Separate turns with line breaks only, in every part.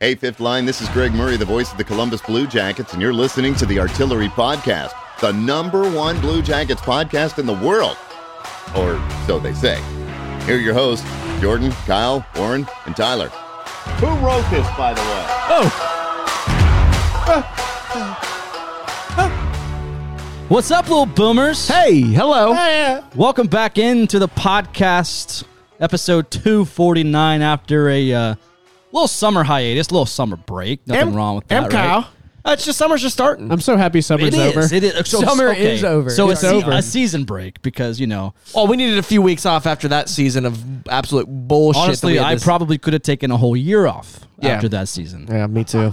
Hey, Fifth Line, this is Greg Murray, the voice of the Columbus Blue Jackets, and you're listening to the Artillery Podcast, the number one Blue Jackets podcast in the world. Or so they say. Here are your hosts, Jordan, Kyle, Warren, and Tyler. Who wrote this, by the way?
Oh. What's up, little boomers? Hey, hello. Welcome back into the podcast, episode 249, after a uh, little summer hiatus, little summer break. Nothing
Em-
wrong with that.
Em
right?
Kyle.
Uh, it's just summer's just starting.
I'm so happy summer's
It is.
over.
It is. So,
Summer
okay.
is over.
So
It's
it's, a-
over.
a season break because, you know,
Oh, we needed a few weeks off after that season of absolute bullshit. that we
honestly,
had
I
this-
probably could have taken a whole year off
Yeah.
after that season. Oh,
Yeah, me too.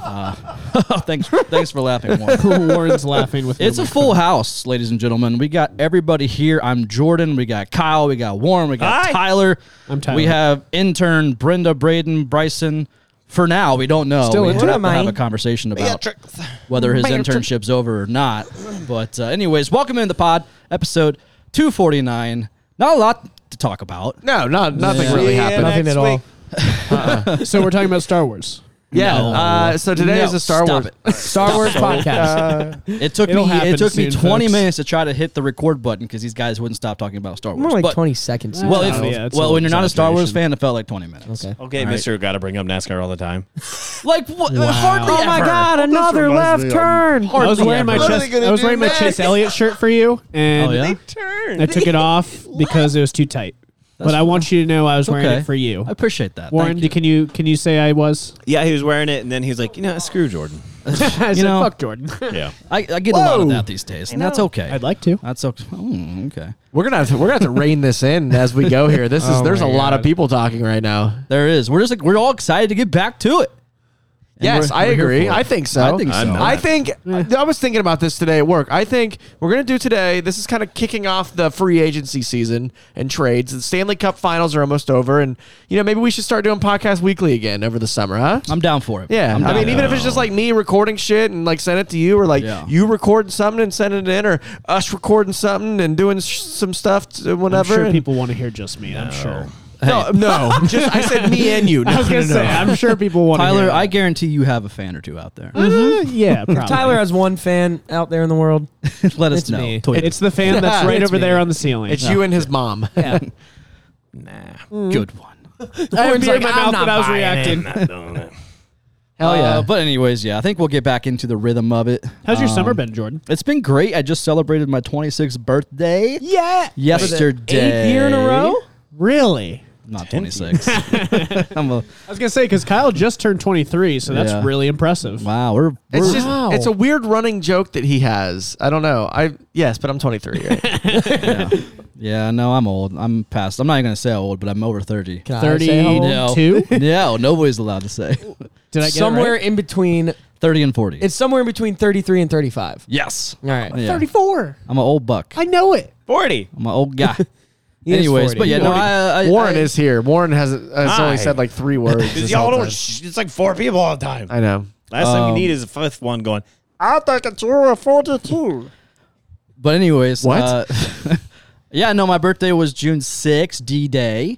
thanks, thanks for laughing, Warren.
Warren's laughing with
It's a full house, ladies and gentlemen. We got everybody here. I'm Jordan. We got Kyle. We got Warren. We got
Hi.
Tyler.
I'm Tyler.
We have intern Brenda, Braden, Bryson. For now, we don't know.
Still
we
intern,
have to have a
mate.
conversation about whether his
Beatrix.
internship's over or not. But uh, anyways, welcome into the pod, episode 249. Not a lot to talk about.
no, not nothing
Yeah.
really
Yeah,
happened.
Nothing Uh-uh. at all. so we're talking about Star Wars.
Yeah.
No.
Uh, so today
No,
is a Star
stop
Wars.
it.
Star Wars podcast.
It took
It'll
me
happen
it took me
soon,
20
folks.
minutes to try to hit the record button because these guys wouldn't stop talking about Star Wars.
More like
But-
20 seconds.
Well,
Oh,
if,
yeah, that's
well,
an
when you're not a Star Wars
exaggeration.
fan, it felt like 20 minutes.
Okay.
Okay, Mister, got to bring up NASCAR all the time.
Like what? Hardly
Oh my
ever.
god, another left turn.
I was wearing my
What
are
Chase,
they gonna
I was
do
wearing my
next?
Chase Elliott shirt for you, and
Oh, yeah?
Turn.
I took it off because it was too tight. but I want you to know I was wearing
Okay.
it for you.
I appreciate that.
Warren,
Thank you.
can you can you say I was?
Yeah, he was wearing it, and then he was like, you know, screw Jordan.
I said,
know-
fuck Jordan.
yeah.
I, I get a lot of that these days, and that's okay.
I'd like to.
That's okay. Hmm, okay.
We're gonna have to, we're gonna have to rein this in as we go here. This is
Oh
there's a
my
lot of
God.
people talking right now.
There is. We're just like, we're all excited to get back to it. And
yes,
we're-
I
we're here
agree.
for it.
I think so.
I think so.
I'm not.
I think I was thinking about this today at work. I think we're gonna do today. This is kind of kicking off the free agency season and trades. The Stanley Cup Finals are almost over, and you know maybe we should start doing podcast weekly again over the summer, huh?
I'm down for it.
yeah,
I'm
I
down
mean,
for
even if
it.
it's just like me recording shit and like send it to you, or like
Yeah.
you recording something and sending it in, or us recording something and doing sh- some stuff, to
I'm
whatever.
sure
and-
people want to hear just me. I'm sure.
no, no, just I said me and you. No,
I was gonna
no, no.
say I'm sure people want to
Tyler,
hear.
I guarantee you have a fan or two out there.
I yeah, probably.
Tyler has one fan out there in the world.
Let us
It's
know.
me.
Tweet.
It's the fan that's right
It's
over there on the ceiling.
It's you and his mom.
Yeah.
good one.
I had
Warren's
beer in
like,
my
"I'm
mouth
not
that I was
buying
reacting.
Hell yeah.
Uh, but anyways, yeah, I think we'll get back into the rhythm of it.
How's your
Um,
summer been, Jordan?
It's been great. I just celebrated my 26th birthday
Yeah.
yesterday.
Eighth year in a row.
Really?
Not 26. I'm a,
I was gonna say because Kyle just turned 23, so that's
Yeah.
really impressive.
wow, we're,
It's
we're-
just wow. it's a weird running joke that he has. I don't know. I yes, but I'm 23. Right?
Yeah, no, I'm old. I'm past. I'm not even gonna say old, but I'm over thirty.
Can I say how old?
No.
32.
no, nobody's allowed to say
Did I get
somewhere in between.
thirty and forty.
It's somewhere in between 33 and 35.
yes.
All right.
Yeah.
34.
I'm an old buck.
I know it.
Forty.
I'm an old guy.
is
Anyways,
40.
but yeah, no, I, I,
Warren
I-
is here. Warren has, has
Hi.
only said like three words. this
y'all
whole
don't.
time.
Sh- it's like four people all the time.
I um, know.
Last thing we need is a fifth one going. I think it's a forty-two.
But anyways,
What?
uh, yeah, no, my birthday was June 6th, D Day.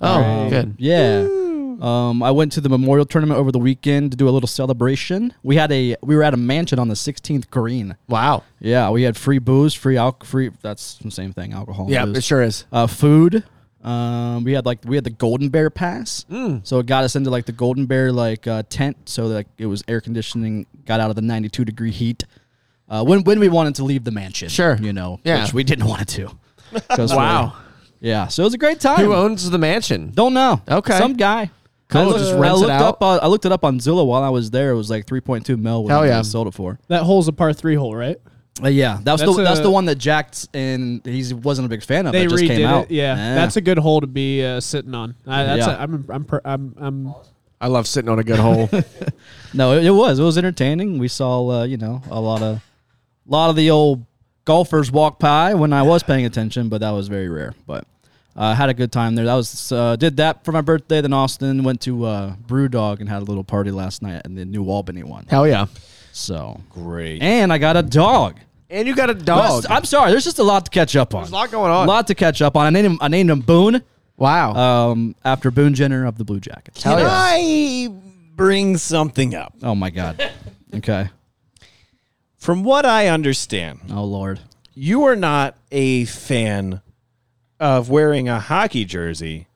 Oh, good.
Yeah. Um, I went to the memorial tournament over the weekend to do a little celebration. We had a we were at a mansion on the 16th green.
Wow.
Yeah, we had free booze, free alcohol, free. That's the same thing, alcohol. and
Yeah,
booze.
it sure is.
uh, food. Um, we had like we had the Golden Bear pass,
Mm.
so it got us into like the Golden Bear like uh, tent, so like it was air conditioning, got out of the ninety two degree heat. Uh, when when we wanted to leave the mansion,
Sure.
you know,
Yeah.
which we didn't want to. 'Cause we-
Wow.
yeah, so it was a great time.
Who owns the mansion?
Don't know.
Okay.
some guy.
Cool,
I looked,
just
I
rents it
looked
out.
up. Uh, I looked it up on Zillow while I was there. It was like three point two mil. What
Hell
I
yeah.
sold it for.
That hole's a par three hole, right?
Uh, yeah, that was
That's
the that's
a-
the one that Jack's and he wasn't a big fan of.
They
that just
redid
came
it.
out.
Yeah, that's a good hole to be uh, sitting on. I, that's
Yeah.
a, I'm I'm per, I'm I'm
I love sitting on a good hole.
No, it, it was. It was entertaining. We saw, uh, you know, a lot of, lot of the old golfers walk by when I was paying attention, but that was very rare. But I uh, had a good time there. That was uh, did that for my birthday. Then Austin went to uh, Brew Dog and had a little party last night in the New Albany one.
Hell yeah.
So
Great.
and I got a dog.
And you got a dog.
There's- I'm sorry. There's just a lot to catch up on.
There's a lot going on.
lot to catch up on. I named him. I named him Boone.
wow.
Um, after Boone Jenner of the Blue Jackets.
Hell yeah.
I bring something up.
Oh my god. Okay.
From what I understand,
Oh lord.
you are not a fan of wearing a hockey jersey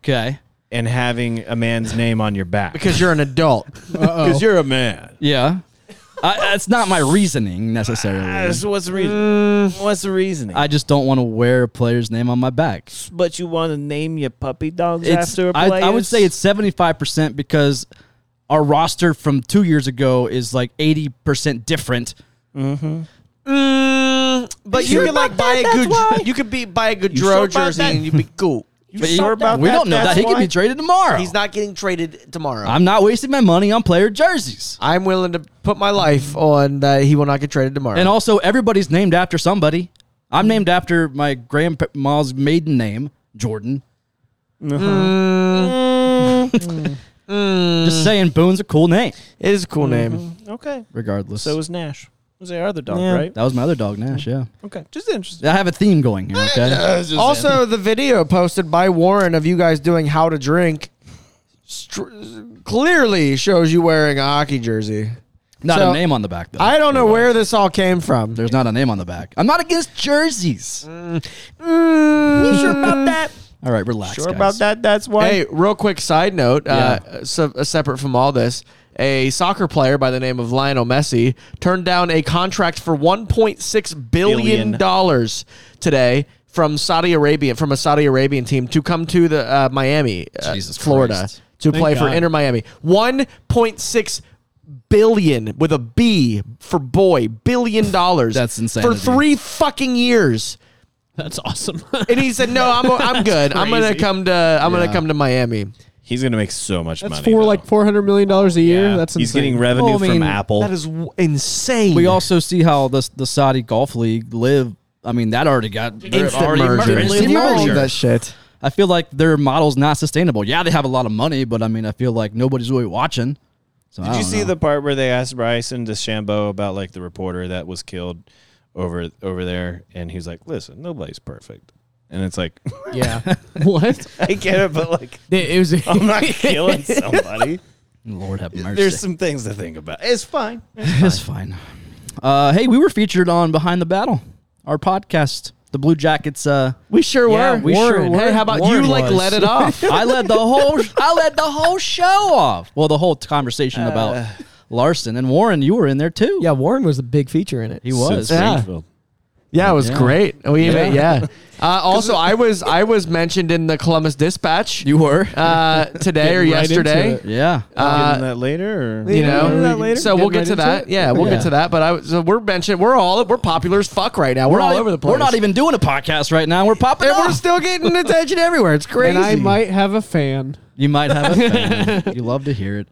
Okay.
and having a man's name on your back
because you're an adult.
because you're a man.
Yeah. I, that's not my reasoning necessarily.
That's- What's the reason?
Mm.
What's the reasoning?
I just don't want to wear a player's name on my back.
but you want to name your puppy dogs
It's,
after a
I,
player?
I would say it's 75% because our roster from two years ago is like 80% different.
Mm, but you
sure
could like
about
buy a
that? That's why?
good. You could be buy a good
You sure
Dro
about
jersey
that?
and you'd be cool.
You
But he-
sure about
we
that?
don't know that.
That's
He could
why?
be traded tomorrow.
He's not getting traded tomorrow. I'm,
I'm not wasting my money on player jerseys.
willing to put my life on that he will not get traded tomorrow.
And also, everybody's named after somebody. I'm named after my grandma's maiden name, Jordan. Just saying, Boone's a cool name.
it is a cool name.
Okay.
Regardless,
So it was Nash. It was our other dog,
Yeah.
right?
that was my other dog, Nash. Yeah,
Okay. Just interesting.
I have a theme going here. Okay,
Also, the video posted by Warren of you guys doing how to drink str- clearly shows you wearing a hockey jersey.
not
So,
a name on the back though.
I don't know where this all came from.
There's not a name on the back. I'm not against jerseys.
Mm.
sure about that?
All right, relax.
Sure
guys.
about that? That's why.
Hey, real quick side note,
Yeah.
uh, so, uh, separate from all this, a soccer player by the name of Lionel Messi turned down a contract for 1.6 billion
Billion.
dollars today from Saudi Arabia from a Saudi Arabian team to come to the uh, Miami, uh,
Jesus
Florida,
Christ.
to
Thank
play for
God.
Inter Miami. 1.6 billion with a B for boy, billion dollars.
That's
For
insanity.
three fucking years
That's awesome.
and he said, "No, I'm I'm good. I'm gonna
crazy.
come to I'm gonna come to Miami."
He's gonna make so much
That's
money.
for
though.
like four hundred million dollars a year.
Yeah.
That's insane. Oh,
he's getting revenue
Well, I mean,
from Apple.
That is w- insane.
We also see how this the Saudi Golf League live. I mean, that already got they're
Instant
already
merger.
merged.
Instant
Instant
merger.
merger.
that shit.
I feel like their model's not sustainable. Yeah, they have a lot of money, but I mean, I feel like nobody's really watching. So
Did you see the part where they asked Bryson DeChambeau about like the reporter that was killed over over there, and he's like, "Listen, nobody's perfect," and it's like,
yeah. what?
I get it, but like,
It was.
I'm not killing somebody.
Lord have mercy.
There's some things to think about. It's fine.
It's fine. Uh, hey, we were featured on Behind the Battle, our podcast, the Blue Jackets. Uh,
we sure
Yeah,
were.
we sure were.
Hey, how about
Warren
you? Like,
was.
let it off.
I led the whole I led the whole show off. Well, the whole conversation
Uh,
about Larson and Warren. You were in there too.
Yeah, Warren was a big feature in it.
he was.
Sid
Yeah.
Springfield.
Yeah, it was
Yeah.
great. We even, yeah. Uh, also, I was I was mentioned in the Columbus Dispatch
You were.
uh, today or
Getting right into
yesterday.
it.
yeah.
I'll
Uh,
get into that later. Or
You
Yeah, we'll do
know,
that later.
so we'll
Get
get
right
to
into
that.
it.
Yeah, we'll
Yeah.
get to that. But I was- so we're mentioned. We're all we're popular as fuck right now. We're, all
not-
over the place.
We're not even doing a podcast right now. We're popping
And we're
off.
still getting attention everywhere. It's crazy.
And I might have a fan.
You might have a fan. you love to hear it.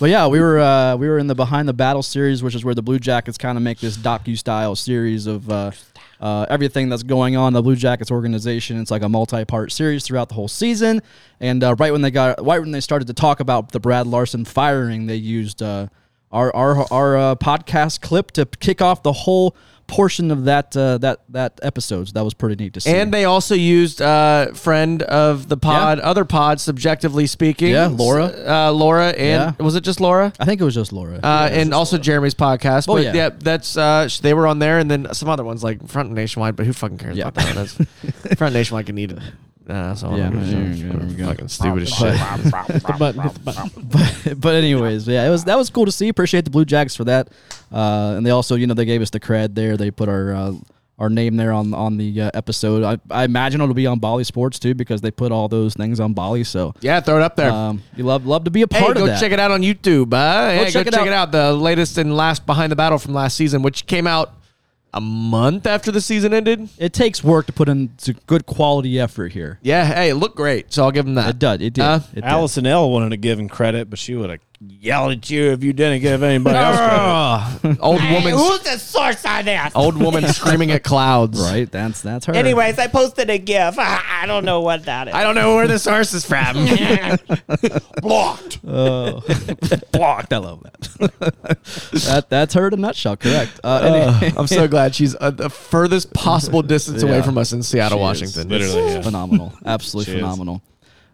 But yeah, we were uh, we were in the Behind the Battle series, which is where the Blue Jackets kind of make this docu style series of uh, uh, everything that's going on in the Blue Jackets organization. It's like a multi part series throughout the whole season. And uh, right when they got right when they started to talk about the Brad Larson firing, they used uh, our our our uh, podcast clip to kick off the whole portion of that uh, that that episode. So that was pretty neat to see.
And they also used uh, friend of the pod, other pod, subjectively speaking.
Yeah, Laura.
Uh, Laura and
Yeah.
was it just Laura?
I think it was just Laura.
Uh, and also Jeremy's podcast.
Oh,
but
yeah.
yeah. that's uh, sh- they were on there, and then some other ones like Front and Nationwide. But who fucking cares
Yeah.
about that? That's Front and Nationwide can need it. Uh, so
Yeah, Mm.
yeah,
yeah, there we go.
fucking stupid as shit.
The button. Hit the button.
but anyways, yeah, it was that was cool to see. Appreciate the Blue Jackets for that. Uh, and they also, you know, they gave us the cred there. They put our uh, our name there on on the uh, episode. I, I imagine it'll be on Bali Sports too because they put all those things on Bali. So
Yeah, throw it up there.
um, you love love to be a
Hey,
part of
go
that.
check it out on YouTube. Uh, hey, go
check it
check it out. The latest and last behind the battle from last season, which came out a month after the season ended.
It takes work to put in s- good quality effort here.
Yeah, hey, it looked great. So I'll give them that.
It did. It did.
Uh,
it did.
Allison L wanted to give him credit, but she would have yelled at you if you didn't give anybody else credit.
Ah. Old woman.
Who's the source on this?
Old woman screaming at clouds.
Right. That's that's her.
Anyways, I posted a GIF. I don't know what that is.
I don't know where the source is from.
blocked.
blocked. I love that. that that's her in a nutshell. Correct. Uh, anyway,
I'm so glad she's uh, the furthest possible distance
Yeah.
away from us in Seattle,
She is.
Washington.
Literally, yeah.
phenomenal. Absolutely
She is.
phenomenal.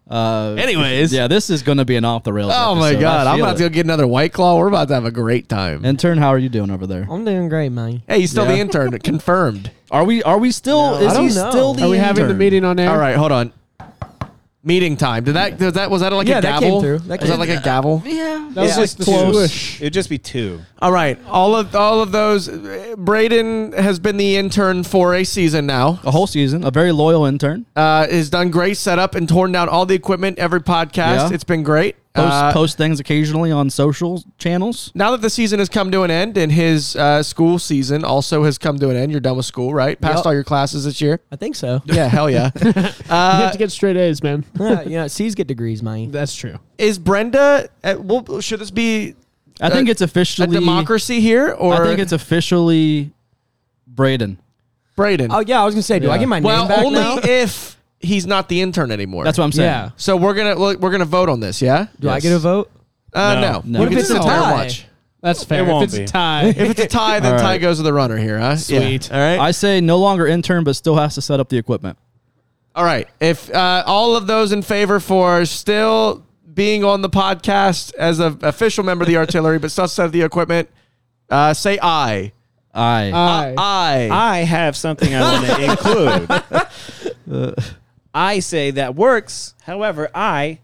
Uh,
Anyways.
yeah, this is going to be an off the rails.
Oh my
episode. I
god, I'm
feel
about to
it.
go get another white claw. We're about to have a great time.
Intern, how are you doing over there?
I'm doing great, man.
hey, he's still the
Yeah.
intern, confirmed.
Are we? Are we still?
No,
is
I
he
don't know.
still the?
Are we having the
intern?
meeting on air?
All right, hold on. Meeting time. Did that? Did that? Was that like
Yeah,
a
that
gavel?
came through. That
was
came
that like a gavel?
Yeah.
That was
Yeah.
like the
Two.
swoosh.
It'd just be two.
All right. All of all of those. uh, Braden has been the intern for a season now.
A whole season. A very loyal intern.
Uh, has done great setup and torn down all the equipment every podcast.
Yeah.
It's been great.
Post,
Uh,
post things occasionally on social channels.
now that the season has come to an end and his uh, school season also has come to an end, you're done with school, right? Passed
Yep.
all your classes this year.
I think so.
Yeah, hell yeah.
you
Uh,
have to get straight A's, man.
yeah, you know, C's get degrees, man.
That's true.
Is Brenda? Uh, well, should this be
I think
Uh,
it's
a
officially
democracy here, or
I think it's officially Braden.
Braden?
Oh yeah, I was gonna say, do I
Yeah.
get my name
well,
back
only
now?
if he's not the intern anymore.
That's what I'm saying.
Yeah.
So we're gonna we're we're gonna vote on this, yeah?
Do I
Yes.
get a vote?
Uh,
No.
no. We
No. What
can
if
it's a
sit there and
tie?
watch.
That's fair.
won't
if it's
be.
a tie,
If it's a tie, then
All
tie
right.
goes to the runner here, huh? Yeah.
Sweet.
All right.
I say no longer intern, but still has to set up the equipment.
All right. If uh, all of those in favor for still being on the podcast as an official member of the artillery, but still set up the equipment, uh, say aye. Uh,
I.
aye.
Aye.
I have something I want to include. I say that works. However, I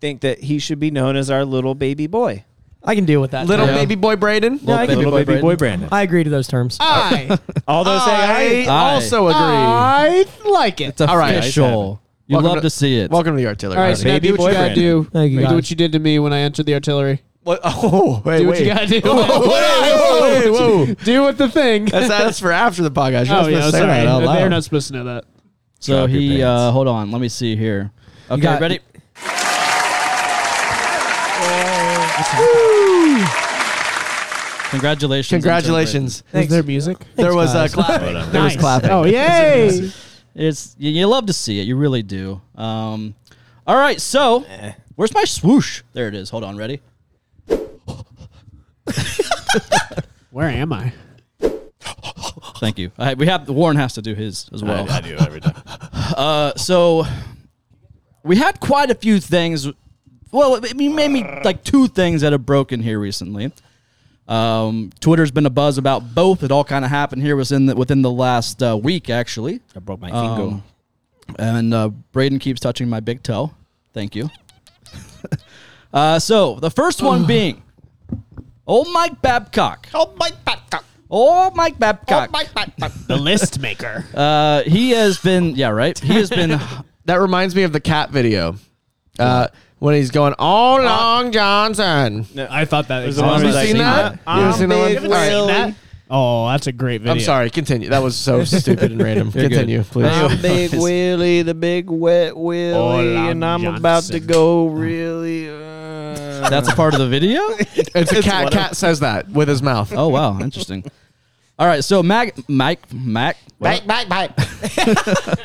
think that he should be known as our little baby boy.
I can deal with that.
Little
Yeah.
baby boy Braden.
Well,
Little baby,
Baby boy Brandon.
boy, Brandon.
I agree to those terms.
Aye.
Although say
I
I,
Aye.
also agree.
I like it.
it's official.
all right.
You
Welcome
love
to-
to, see it.
Welcome to the artillery.
All right, so now
Baby
do what
boy
you gotta
Brandon.
do.
Thank you,
Do
guys.
what you did to me when I entered the artillery.
What? Oh, wait,
Do what
wait.
you gotta do.
Whoa, wait, whoa, whoa.
do what the thing.
That's, that's for after the podcast. You're
oh
not
yeah,
supposed to say
sorry.
that out
They're
loud.
not supposed to know that.
so
Drop your
he.
pants.
Uh, hold on. Let me see here. Okay.
got-
ready. Congratulations. intern
Congratulations.
Is there music?
There was uh,
guys.
clapping. There was
Nice.
clapping.
Oh yay!
Braden. It's you, you love to see it. You really do. Um, all right. So
Eh.
where's my swoosh? There it is. Hold on. Ready.
Where am I?
Thank you. I, we have Warren has to do his as well.
I do every time.
so we had quite a few things. Well, I mean, maybe like two things that have broken here recently. Um, Twitter's been a buzz about both. It all kind of happened here within the, within the last uh, week, actually.
I broke my
Um,
finger.
and uh, Braden keeps touching my big toe. Thank you. uh, so the first one being old Mike Babcock.
Oh my back.
Old Mike Babcock.
Oh my back.
The list maker.
uh, he has been yeah right. He has been
That reminds me of the cat video. Uh, when he's going, all long Johnson.
I thought that
was the one
You
Uh, I've
seen
seen
that?
that.
You
I'm
seen that one?
big
All right.
Willie.
that? Oh, that's a great video.
I'm sorry. Continue. That was so stupid and random. Continue, please.
Big Willie, the big wet Willie,
Hola,
and I'm about to
Johnson.
go really. Uh,
That's a part of the video?
It's a cat. Cat says that with his mouth.
Oh wow, interesting. All right, so Mag, Mike, Mac,
Back, back, back.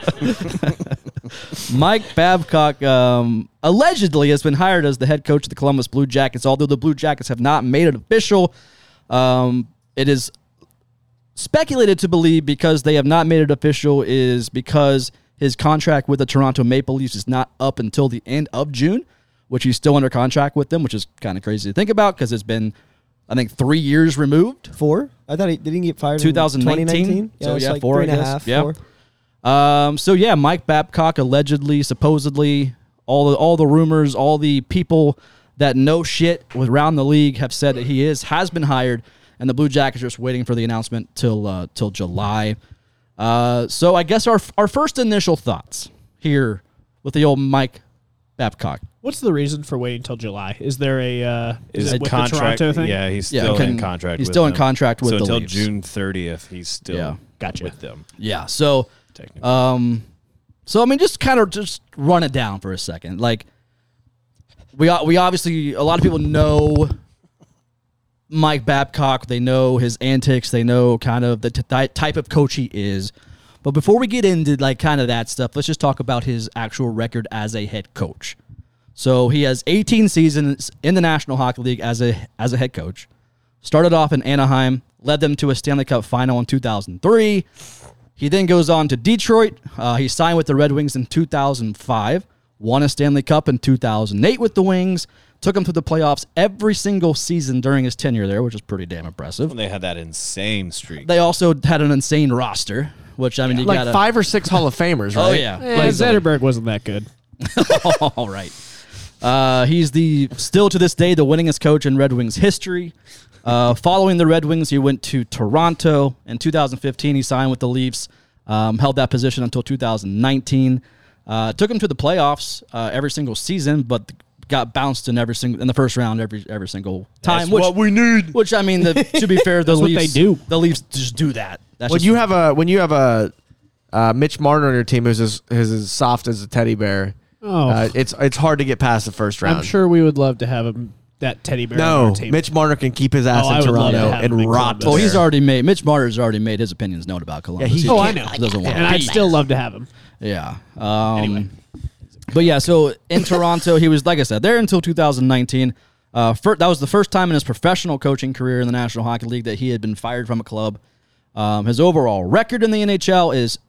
Mike Babcock um, allegedly has been hired as the head coach of the Columbus Blue Jackets. Although the Blue Jackets have not made it official, um, it is speculated to believe because they have not made it official is because his contract with the Toronto Maple Leafs is not up until the end of June, which he's still under contract with them, which is kind of crazy to think about because it's been, I think, three years removed.
Four? I thought he didn't he get fired. in
2019?
2019?
So,
it's
yeah, four, I
three and a
guess.
half,
Yeah.
four.
Um, so yeah, Mike Babcock allegedly, supposedly, all the all the rumors, all the people that know shit with around the league have said that he is has been hired, and the Blue Jackets are just waiting for the announcement till uh, till July. Uh, so I guess our our first initial thoughts here with the old Mike Babcock.
What's the reason for waiting till July? Is there a uh,
Is
is it
it
with the Toronto thing?
Yeah, he's
Yeah,
still in
can-
contract.
he's
with
still in
them.
contract with
so
the
until
Leafs.
June thirtieth. He's still
Yeah.
Gotcha.
with them.
Yeah. So
Technically,
Um, so I mean, just kind of just run it down for a second. Like, we o- we obviously a lot of people know Mike Babcock. They know his antics. They know kind of the t- ty- type of coach he is. But before we get into like kind of that stuff, let's just talk about his actual record as a head coach. So he has 18 seasons in the National Hockey League as a as a head coach. Started off in Anaheim, led them to a Stanley Cup final in 2003. He then goes on to Detroit. Uh, he signed with the Red Wings in 2005, won a Stanley Cup in 2008 with the Wings, took them to the playoffs every single season during his tenure there, which is pretty damn impressive.
When they had that insane streak.
They also had an insane roster, which I mean, you
like
gotta.
five or six Hall of Famers, right?
oh, yeah.
Yeah, Eh, Zetterberg wasn't that good.
All right. Uh, he's the still to this day the winningest coach in Red Wings history. Uh, following the Red Wings, he went to Toronto in 2015. He signed with the Leafs, um, held that position until 2019. Uh, took him to the playoffs uh, every single season, but got bounced in every single in the first round every every single time. which,
what we need.
Which I mean, the, to be fair, the
That's what they
Leafs
do.
The Leafs just do that. That's
When
just-
you have a when you have a uh, Mitch Marner on your team who's as, who's as soft as a teddy bear,
Oh.
uh, it's it's hard to get past the first round.
I'm sure we would love to have him that teddy bear. on
No,
our team.
Mitch Marner can keep his ass
Oh, I
in
would love to
Toronto
have him
and
in
rot.
Columbus.
oh,
there.
he's already made Mitch Marner's already made his opinions known about Columbus.
he-
He
Oh, I
can't-
know.
doesn't want
And I'd still love to have him.
Yeah. Um, But yeah, so in Toronto, he was, like I said, there until 2019. Uh, fir- that was the first time in his professional coaching career in the National Hockey League that he had been fired from a club. Um, his overall record in the NHL is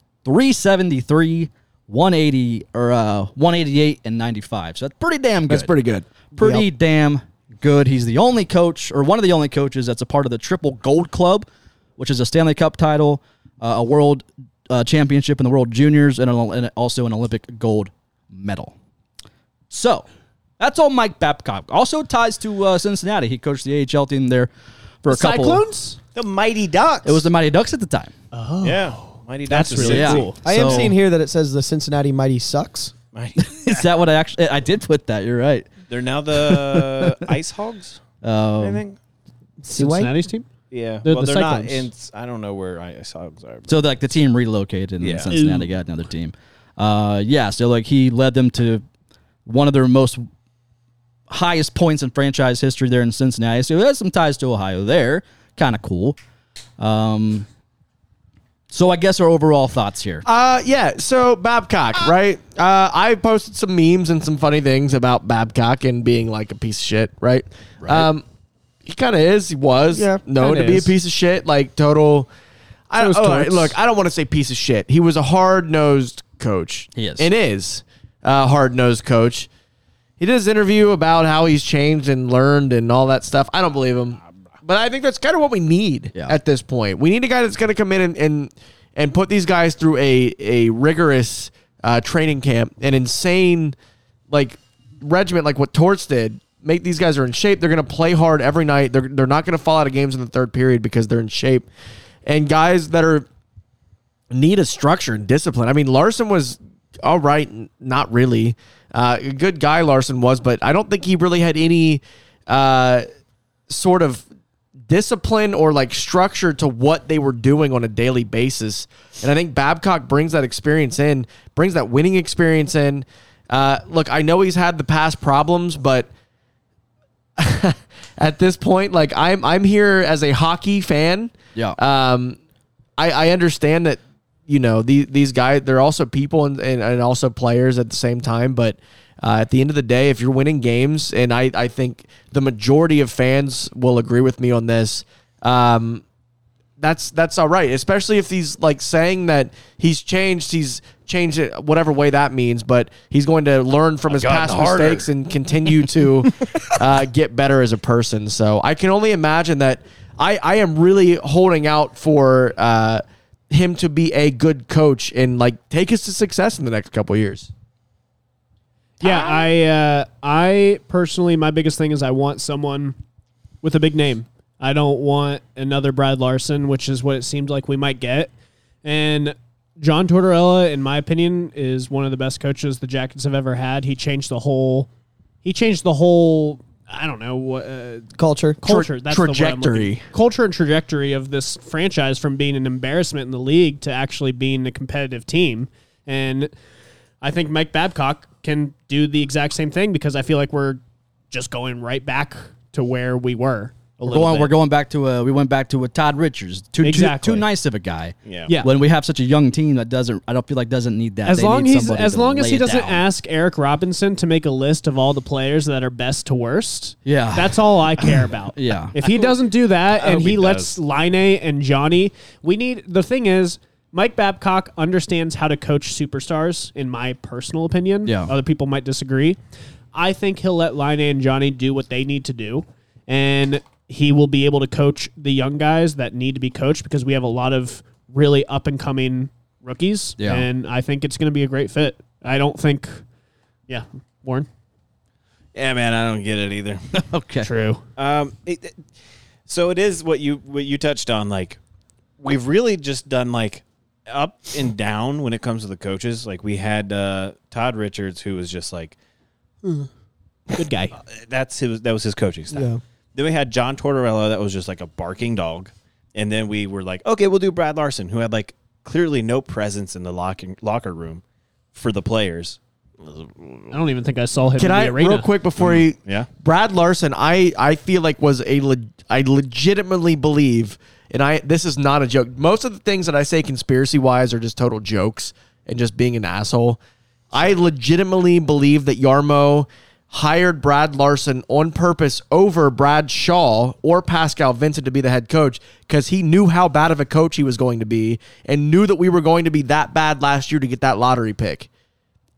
373, 180, or uh, 188, and 95. So that's pretty damn good.
That's pretty good.
Pretty damn good. He's the only coach, or one of the only coaches, that's a part of the Triple Gold Club, which is a Stanley Cup title, uh, a World uh, Championship in the World Juniors, and, an, and also an Olympic gold medal. So that's all Mike Babcock. Also ties to uh, Cincinnati. He coached the AHL team there for a couple.
Cyclones?
The Mighty Ducks. Oh.
It was the Mighty Ducks at the time.
yeah. Mighty Ducks.
That's
is
really
yeah.
sick.
cool.
I am
So-
seeing here that it says the Cincinnati Mighty sucks.
Mighty-
Is that what I actually? I did put that. You're right.
They're now the Ice Hogs. I
Um,
think.
Cincinnati?
team?
Yeah.
They're
well,
the
they're not in.
Cyclones.
I don't know where Ice Hogs are. but-
so like the team relocated and
Yeah.
Cincinnati got another team. Uh, yeah. So like he led them to one of their most highest points in franchise history there in Cincinnati. So he has some ties to Ohio there. Kind of cool. Um, so I guess our overall thoughts here.
Uh, yeah. So Babcock, right? Uh, I posted some memes and some funny things about Babcock and being like a piece of shit, right? Um, he kind of is. He was
Yeah,
known
kinda
to be a
is.
piece of shit, like total. I
So
don't
is
oh,
Torts.
look. I don't want to say piece of shit. He was a hard nosed coach.
He is.
and is a hard nosed coach. He did his interview about how he's changed and learned and all that stuff. I don't believe him. But I think that's kind of what we need
Yeah.
at this point. We need a guy that's going to come in and, and and put these guys through a a rigorous uh, training camp, an insane like regiment, like what Torts did. Make these guys are in shape. They're going to play hard every night. They're they're not going to fall out of games in the third period because they're in shape. And guys that are need a structure and discipline. I mean, Larson was all right, n- not really. Uh, a good guy Larson was, but I don't think he really had any uh, sort of discipline or like structure to what they were doing on a daily basis. And I think Babcock brings that experience in, brings that winning experience in. Uh, look, I know he's had the past problems, but at this point, like I'm, I'm here as a hockey fan.
Yeah.
Um, I, I understand that you know the, these guys they're also people and, and, and also players at the same time but uh, at the end of the day if you're winning games and I, I think the majority of fans will agree with me on this um, that's that's all right especially if he's like saying that he's changed he's changed it whatever way that means but he's going to learn from his past mistakes and continue to uh, get better as a person so i can only imagine that i i am really holding out for uh him to be a good coach and like take us to success in the next couple of years
Yeah, I uh, I personally my biggest thing is I want someone with a big name. I don't want another Brad Larson, which is what it seemed like we might get. And John Tortorella, in my opinion, is one of the best coaches the Jackets have ever had. He changed the whole, he changed the whole. I don't know what uh,
Culture.
culture. that's the word I'm
trajectory.
looking- culture and trajectory of this franchise from being an embarrassment in the league to actually being a competitive team. And I think Mike Babcock can do the exact same thing because I feel like we're just going right back to where we were. A
We're
little
going,
bit.
we're going back to a, we went back to a Todd Richards. Too, too-
Exactly.
too, nice of a guy.
Yeah.
Yeah.
When we have such a young team that doesn't, I don't feel like doesn't need that.
as
They
long
need
he's
somebody
as
to
long as
lay
he
it
doesn't
down.
ask Eric Robinson to make a list of all the players that are best to worst.
Yeah.
that's all I care about.
Yeah.
if he doesn't do that and
hope
he,
he
lets
does.
Line and Johnny, we need the thing is Mike Babcock understands how to coach superstars, in my personal opinion.
Yeah.
Other people might disagree. I think he'll let Line and Johnny do what they need to do, and he will be able to coach the young guys that need to be coached because we have a lot of really up and coming rookies.
Yeah.
And I think it's going to be a great fit. I don't think, yeah, Warren.
Yeah, man, I don't get it either.
Okay.
True.
Um, it, it- so it is what you what you touched on. Like we've really just done like up and down when it comes to the coaches. Like we had uh, Todd Richards, who was just like Uh,
Good guy.
that's his that was his coaching style.
Yeah.
Then we had John Tortorella, that was just like a barking dog, and then we were like, okay, we'll do Brad Larson, who had like clearly no presence in the locker locker room for the players.
I don't even think I saw him
Can
in the
I
arena. Mm-hmm.
real quick before he?
Yeah.
Brad Larson, I I feel like was a leg, I legitimately believe, and I this is not a joke. Most of the things that I say conspiracy wise are just total jokes and just being an asshole. I legitimately believe that Yarmo hired Brad Larson on purpose over Brad Shaw or Pascal Vincent to be the head coach because he knew how bad of a coach he was going to be and knew that we were going to be that bad last year to get that lottery pick.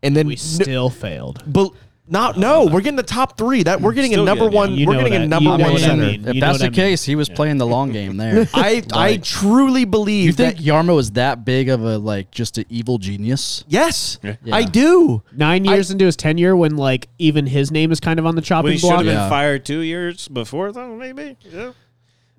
And then
We still failed.
but not no, we're getting the top three. That we're getting a
Still
number
good, yeah.
one.
You
we're
know
getting a
that.
number
You know
one
what I
center.
mean.
If
You know
that's
what I
the
mean.
case, he was playing the long game there.
I I truly believe
you think
that-
Yarmo is that big of a like just an evil genius?
yes,
Yeah.
I do.
Nine years into his tenure, when like even his name is kind of on the
When
chopping
he should have
block.
been
Yeah.
fired two years before, though, maybe. Yeah.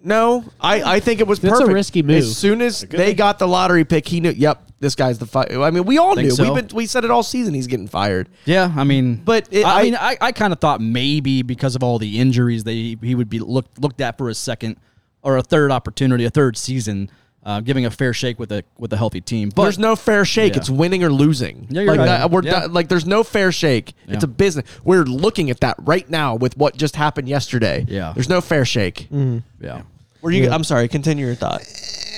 No, I I think it was
That's a
perfect.
risky move.
As soon as they got the lottery pick, he knew. Yep, this guy's the fight. I mean, we all
Think
knew.
so?
We've been, we said it all season. He's getting fired.
Yeah, I mean,
But it-
I,
I-
mean, I, I kind of thought maybe because of all the injuries, they he would be looked looked at for a second or a third opportunity, a third season, uh, giving a fair shake with a with a healthy team. But
there's no fair shake.
Yeah.
It's winning or losing.
Yeah, you're
like
right.
that- we're
Yeah.
done- like there's no fair shake. It's
Yeah.
a business. We're looking at that right now with what just happened yesterday.
Yeah.
there's no fair shake.
yeah,
Were you? I'm sorry. Continue your thought.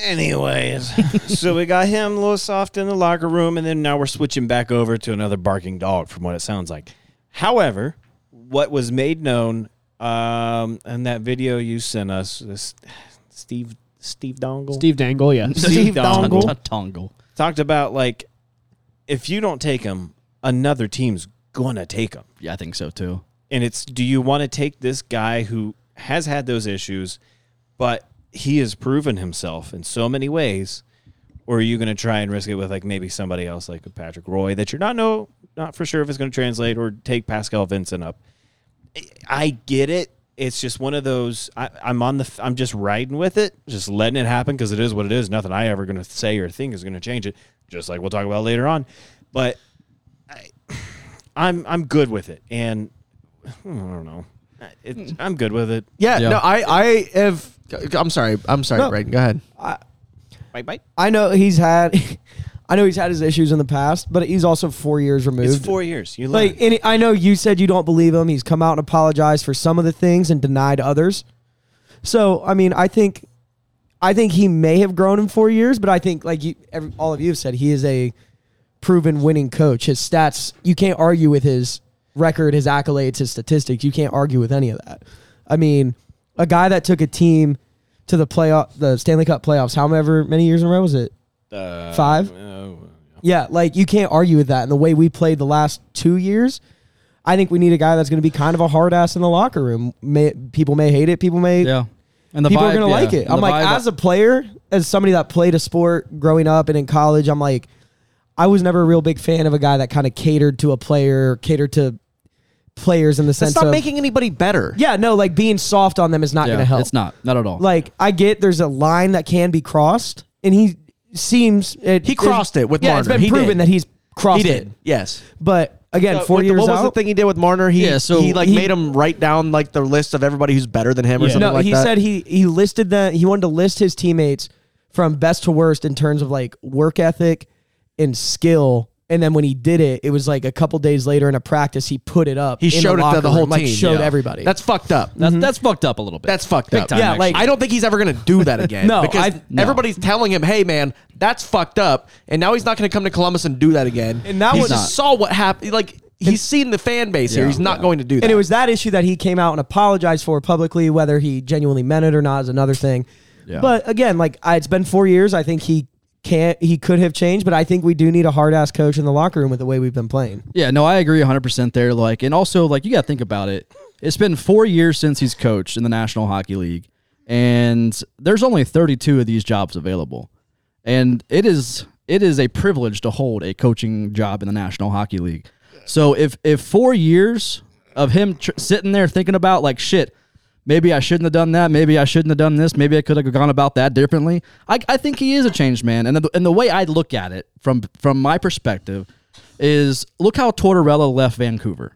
Anyways, so we got him a little soft in the locker room, and then now we're switching back over to another barking dog, from what it sounds like. However, what was made known um, in that video you sent us, this Steve Steve Dongle,
Steve Dangle, yeah.
Steve Dongle
T- Tongle.
talked about like if you don't take him, another team's gonna take him.
Yeah, I think so too.
and it's do you want to take this guy who has had those issues, but he has proven himself in so many ways, or are you going to try and risk it with like maybe somebody else like with Patrick Roy that you're not know not for sure if it's going to translate or take Pascal Vincent up? I- I get it. It's just one of those. I, I'm on the. f- I'm just riding with it, just letting it happen because it is what it is. Nothing I ever going to say or think is going to change it. Just like we'll talk about later on, but I, I'm I'm good with it, and I don't know. Uh, It, I'm good with it.
Yeah,
Yeah.
no, I, I have. I'm sorry. I'm sorry, Brayden. Go ahead.
Bite bite.
I know he's had, I know he's had his issues in the past, but he's also four years removed.
It's four years. You learn.
Like, and I know you said you don't believe him. He's come out and apologized for some of the things and denied others. So, I mean, I think, I think he may have grown in four years, but I think, like you, every, all of you have said, he is a proven winning coach. His stats, you can't argue with his record, his accolades, his statistics. You can't argue with any of that. I mean, a guy that took a team to the playoff, the Stanley Cup playoffs, however many years in a row was it?
uh,
Five.
oh,
Yeah, like you can't argue with that. And the way we played the last two years, I think we need a guy that's going to be kind of a hard ass in the locker room. May, people may hate it. People may.
Yeah, and the
people are
vibe-
going to
yeah,
like it.
and
I'm
the
like,
vibe-
as a player, as somebody that played a sport growing up and in college, I'm like, I was never a real big fan of a guy that kind of catered to a player, catered to players in the sense
That's not
of
making anybody better.
yeah, no, like being soft on them is not
yeah,
going to help.
It's not, not at all.
Like I get there's a line that can be crossed, and he seems it,
He crossed it with
yeah, it's
Marner.
been
He
proven
did.
that he's crossed
he
it.
did. Yes.
But again,
Uh,
four
with the-
years
what was
out.
the thing he did with Marner? He,
Yeah, so
he like
he-
made him write down like the list of everybody who's better than him or
Yeah.
something
no,
like
he
that.
said he he listed the he wanted to list his teammates from best to worst in terms of like work ethic and skill. And then when he did it, it was like a couple days later in a practice, he put it up.
he
in the
showed it
locker
to the whole
room, like,
team.
Showed
Yeah.
everybody.
That's fucked up.
that's, that's fucked up a little bit.
That's fucked
Big
up.
time,
Yeah,
actually.
like-
I don't think he's ever going to do that again.
No,
because
I-
no.
everybody's telling him, "Hey, man, that's fucked up," and now he's not going to come to Columbus and do that again.
And that
he
was-
just saw what happened. Like he's seen the fan base here.
Yeah.
He's not going to do that.
and it was that issue that he came out and apologized for publicly. Whether he genuinely meant it or not is another thing.
Yeah.
But again, like I, it's been four years. I think he can he could have changed, but I think we do need a hard ass coach in the locker room with the way we've been playing.
Yeah, no, I agree 100% there. Like, and also, like, you got to think about it. It's been four years since he's coached in the National Hockey League, and there's only 32 of these jobs available. And it is it is a privilege to hold a coaching job in the National Hockey League. So if if four years of him tr- sitting there thinking about like shit, maybe I shouldn't have done that. Maybe I shouldn't have done this. Maybe I could have gone about that differently. I, I think he is a changed man, and the, and the way I look at it from from my perspective is look how Tortorella left Vancouver.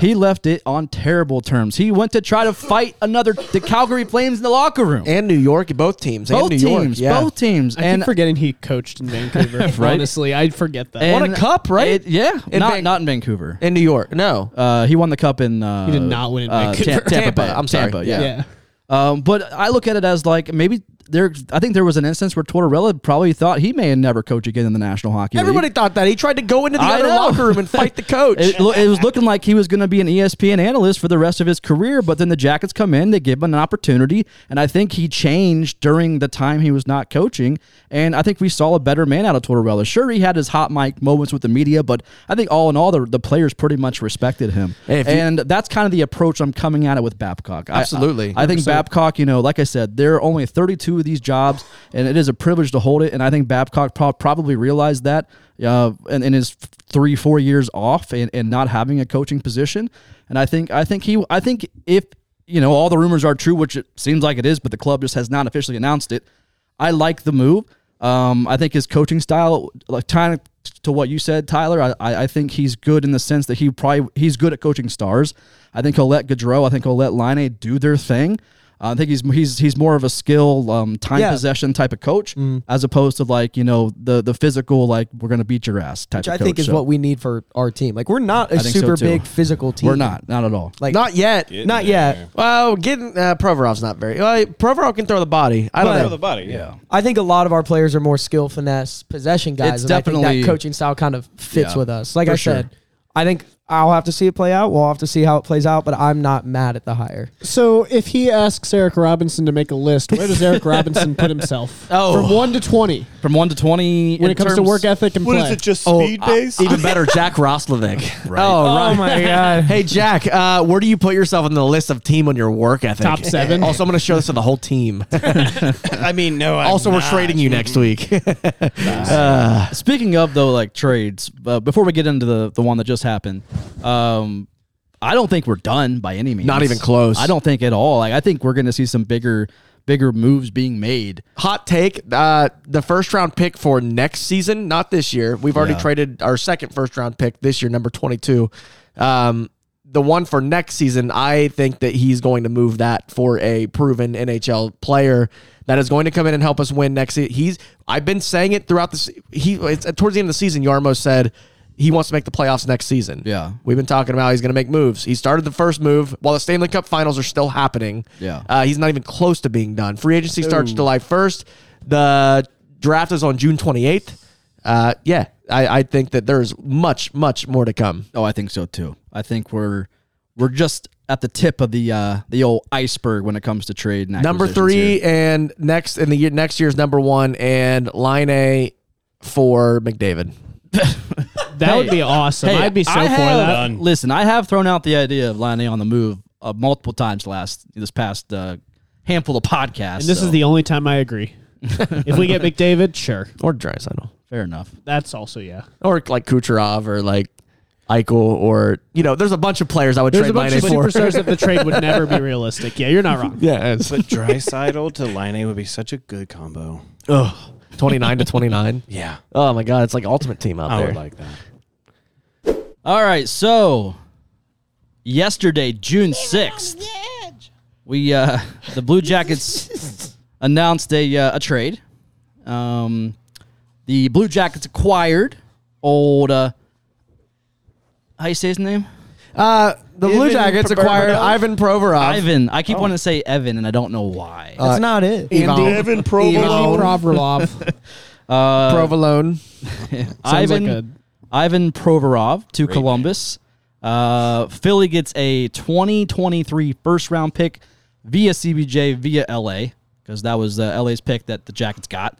He left it on terrible terms. He went to try to fight another the Calgary Flames in the locker room.
and New York, both teams, and
both
New
teams,
York, yeah.
both teams,
I
and
keep forgetting he coached in Vancouver.
Right?
Honestly, I forget that.
and-
Won a cup, right?
it- yeah,
In
not
Van-
not in Vancouver.
in New York. No,
Uh, he won the cup in. Uh, he
did not win in Vancouver.
Tampa,
Tampa,
Bay.
I'm sorry.
Tampa,
Yeah.
yeah.
yeah.
Um, but I look at it as like maybe there. I think there was an instance where Tortorella probably thought he may never coach again in the National Hockey
everybody
League.
thought that he tried to go into the
I
other
know.
locker room and fight the coach.
It, lo- it was looking like he was going to be an E ESPN analyst for the rest of his career, but then the Jackets come in, they give him an opportunity, and I think he changed during the time he was not coaching. And I think we saw a better man out of Tortorella. Sure, he had his hot mic moments with the media, but I think all in all, the, the players pretty much respected him.
Hey, if you-
and that's kind of the approach I'm coming at it with Babcock. I-
Absolutely,
I, I think
100%.
Babcock, you know, like I said, there are only 32 of these jobs, and it is a privilege to hold it. And I think Babcock pro- probably realized that uh, in, in his three, four years off and, and not having a coaching position. And I think, I think he, I think if, you know, all the rumors are true, which it seems like it is, but the club just has not officially announced it. I like the move. Um, I think his coaching style, like tying to what you said, Tyler, I, I I think he's good in the sense that he probably he's good at coaching stars. I think he'll let Gaudreau, I think he'll let Line do their thing. Uh, I think he's he's he's more of a skill, um, time
Yeah.
possession type of coach,
Mm.
as opposed to like you know the the physical like we're gonna beat your ass type.
Which
of
I think
coach.
is
So
what we need for our team. Like we're not a
I think so,
super
too.
big physical team.
we're not, not at all.
Like
not yet.
not yet.
Well, getting uh, Provorov's not very. Well, Provorov can throw the body. I don't
Throw
know.
the body. Yeah.
I think a lot of our players are more skill, finesse, possession guys.
It's
and I
definitely-
think that coaching style kind of fits
Yeah,
with us. Like
for
I
sure.
said, I think I'll have to see it play out. We'll have to see how it plays out, but I'm not mad at the hire.
So if he asks Eric Robinson to make a list, where does Eric Robinson put himself?
Oh.
From 1 to 20
From one to twenty,
when
in
it comes to
terms-
work ethic and play.
Just speed
Uh, even better, Jack Roslovic.
Oh, my god.
Hey Jack, uh, where do you put yourself on the list of team on your work ethic?
Top seven.
Also, I'm going to show this to the whole team.
I mean, no. I'm
also, we're
not.
trading you next week.
Mm-hmm.
Uh,
Speaking of though, like trades, uh, before we get into the the one that just happened, um, I don't think we're done by any means.
Not even close.
I don't think at all. Like I think we're going to see some bigger bigger moves being made.
Hot take: uh, the first round pick for next season, not this year. We've already
Yeah.
traded our second first round pick this year, number 22. Um, the one for next season, I think that he's going to move that for a proven NHL player that is going to come in and help us win next season. He's I've been saying it throughout this. He it's, uh, towards the end of the season, Yarmo said. He wants to make the playoffs next season.
Yeah.
We've been talking about he's going to make moves. He started the first move while the Stanley Cup finals are still happening.
Yeah.
Uh, he's not even close to being done. Free agency starts July 1st. The draft is on June 28th. Uh, yeah, I, I think that there's much, much more to come.
Oh, I think so too. I think we're we're just at the tip of the uh the old iceberg when it comes to trade. And
Number
acquisitions
three
here.
and next in the year, next year's number one and line A for McDavid.
that would be awesome.
Hey,
I'd be so
I
for
have-
that.
Done.
Listen, I have thrown out the idea of Liney on the move uh, multiple times last this past uh, handful of podcasts.
And this
so
is the only time I agree. if we get McDavid, sure.
Or Dreisaitl.
fair enough.
That's also yeah.
Or like Kucherov or like Eichel or, you know, there's a bunch of players I would
There's a
trade line
bunch
A
of
for.
superstars that the trade would never be realistic. Yeah, you're not wrong.
yeah, it's
But Drysidle to Line A would be such a good combo.
ugh, 29 to 29.
Yeah.
Oh my God, it's like ultimate team out
I
there.
would like that.
All right, so yesterday, June sixth, we uh, the Blue Jackets announced a uh, a trade. Um, the Blue Jackets acquired old. Uh, how you say his name?
Uh, the Blue
Ivan
Jackets
Provorov?
acquired Ivan Provorov.
Ivan. I keep wanting to say Evan, and I don't know why.
That's not it.
Ivan Uh, Provolone.
Provorov.
Provolone.
Sounds
Ivan
like a-
Ivan Provorov to Columbus. Uh, Philly gets a 2023 first round pick via CBJ via LA because that was uh, LA's pick that the Jackets got.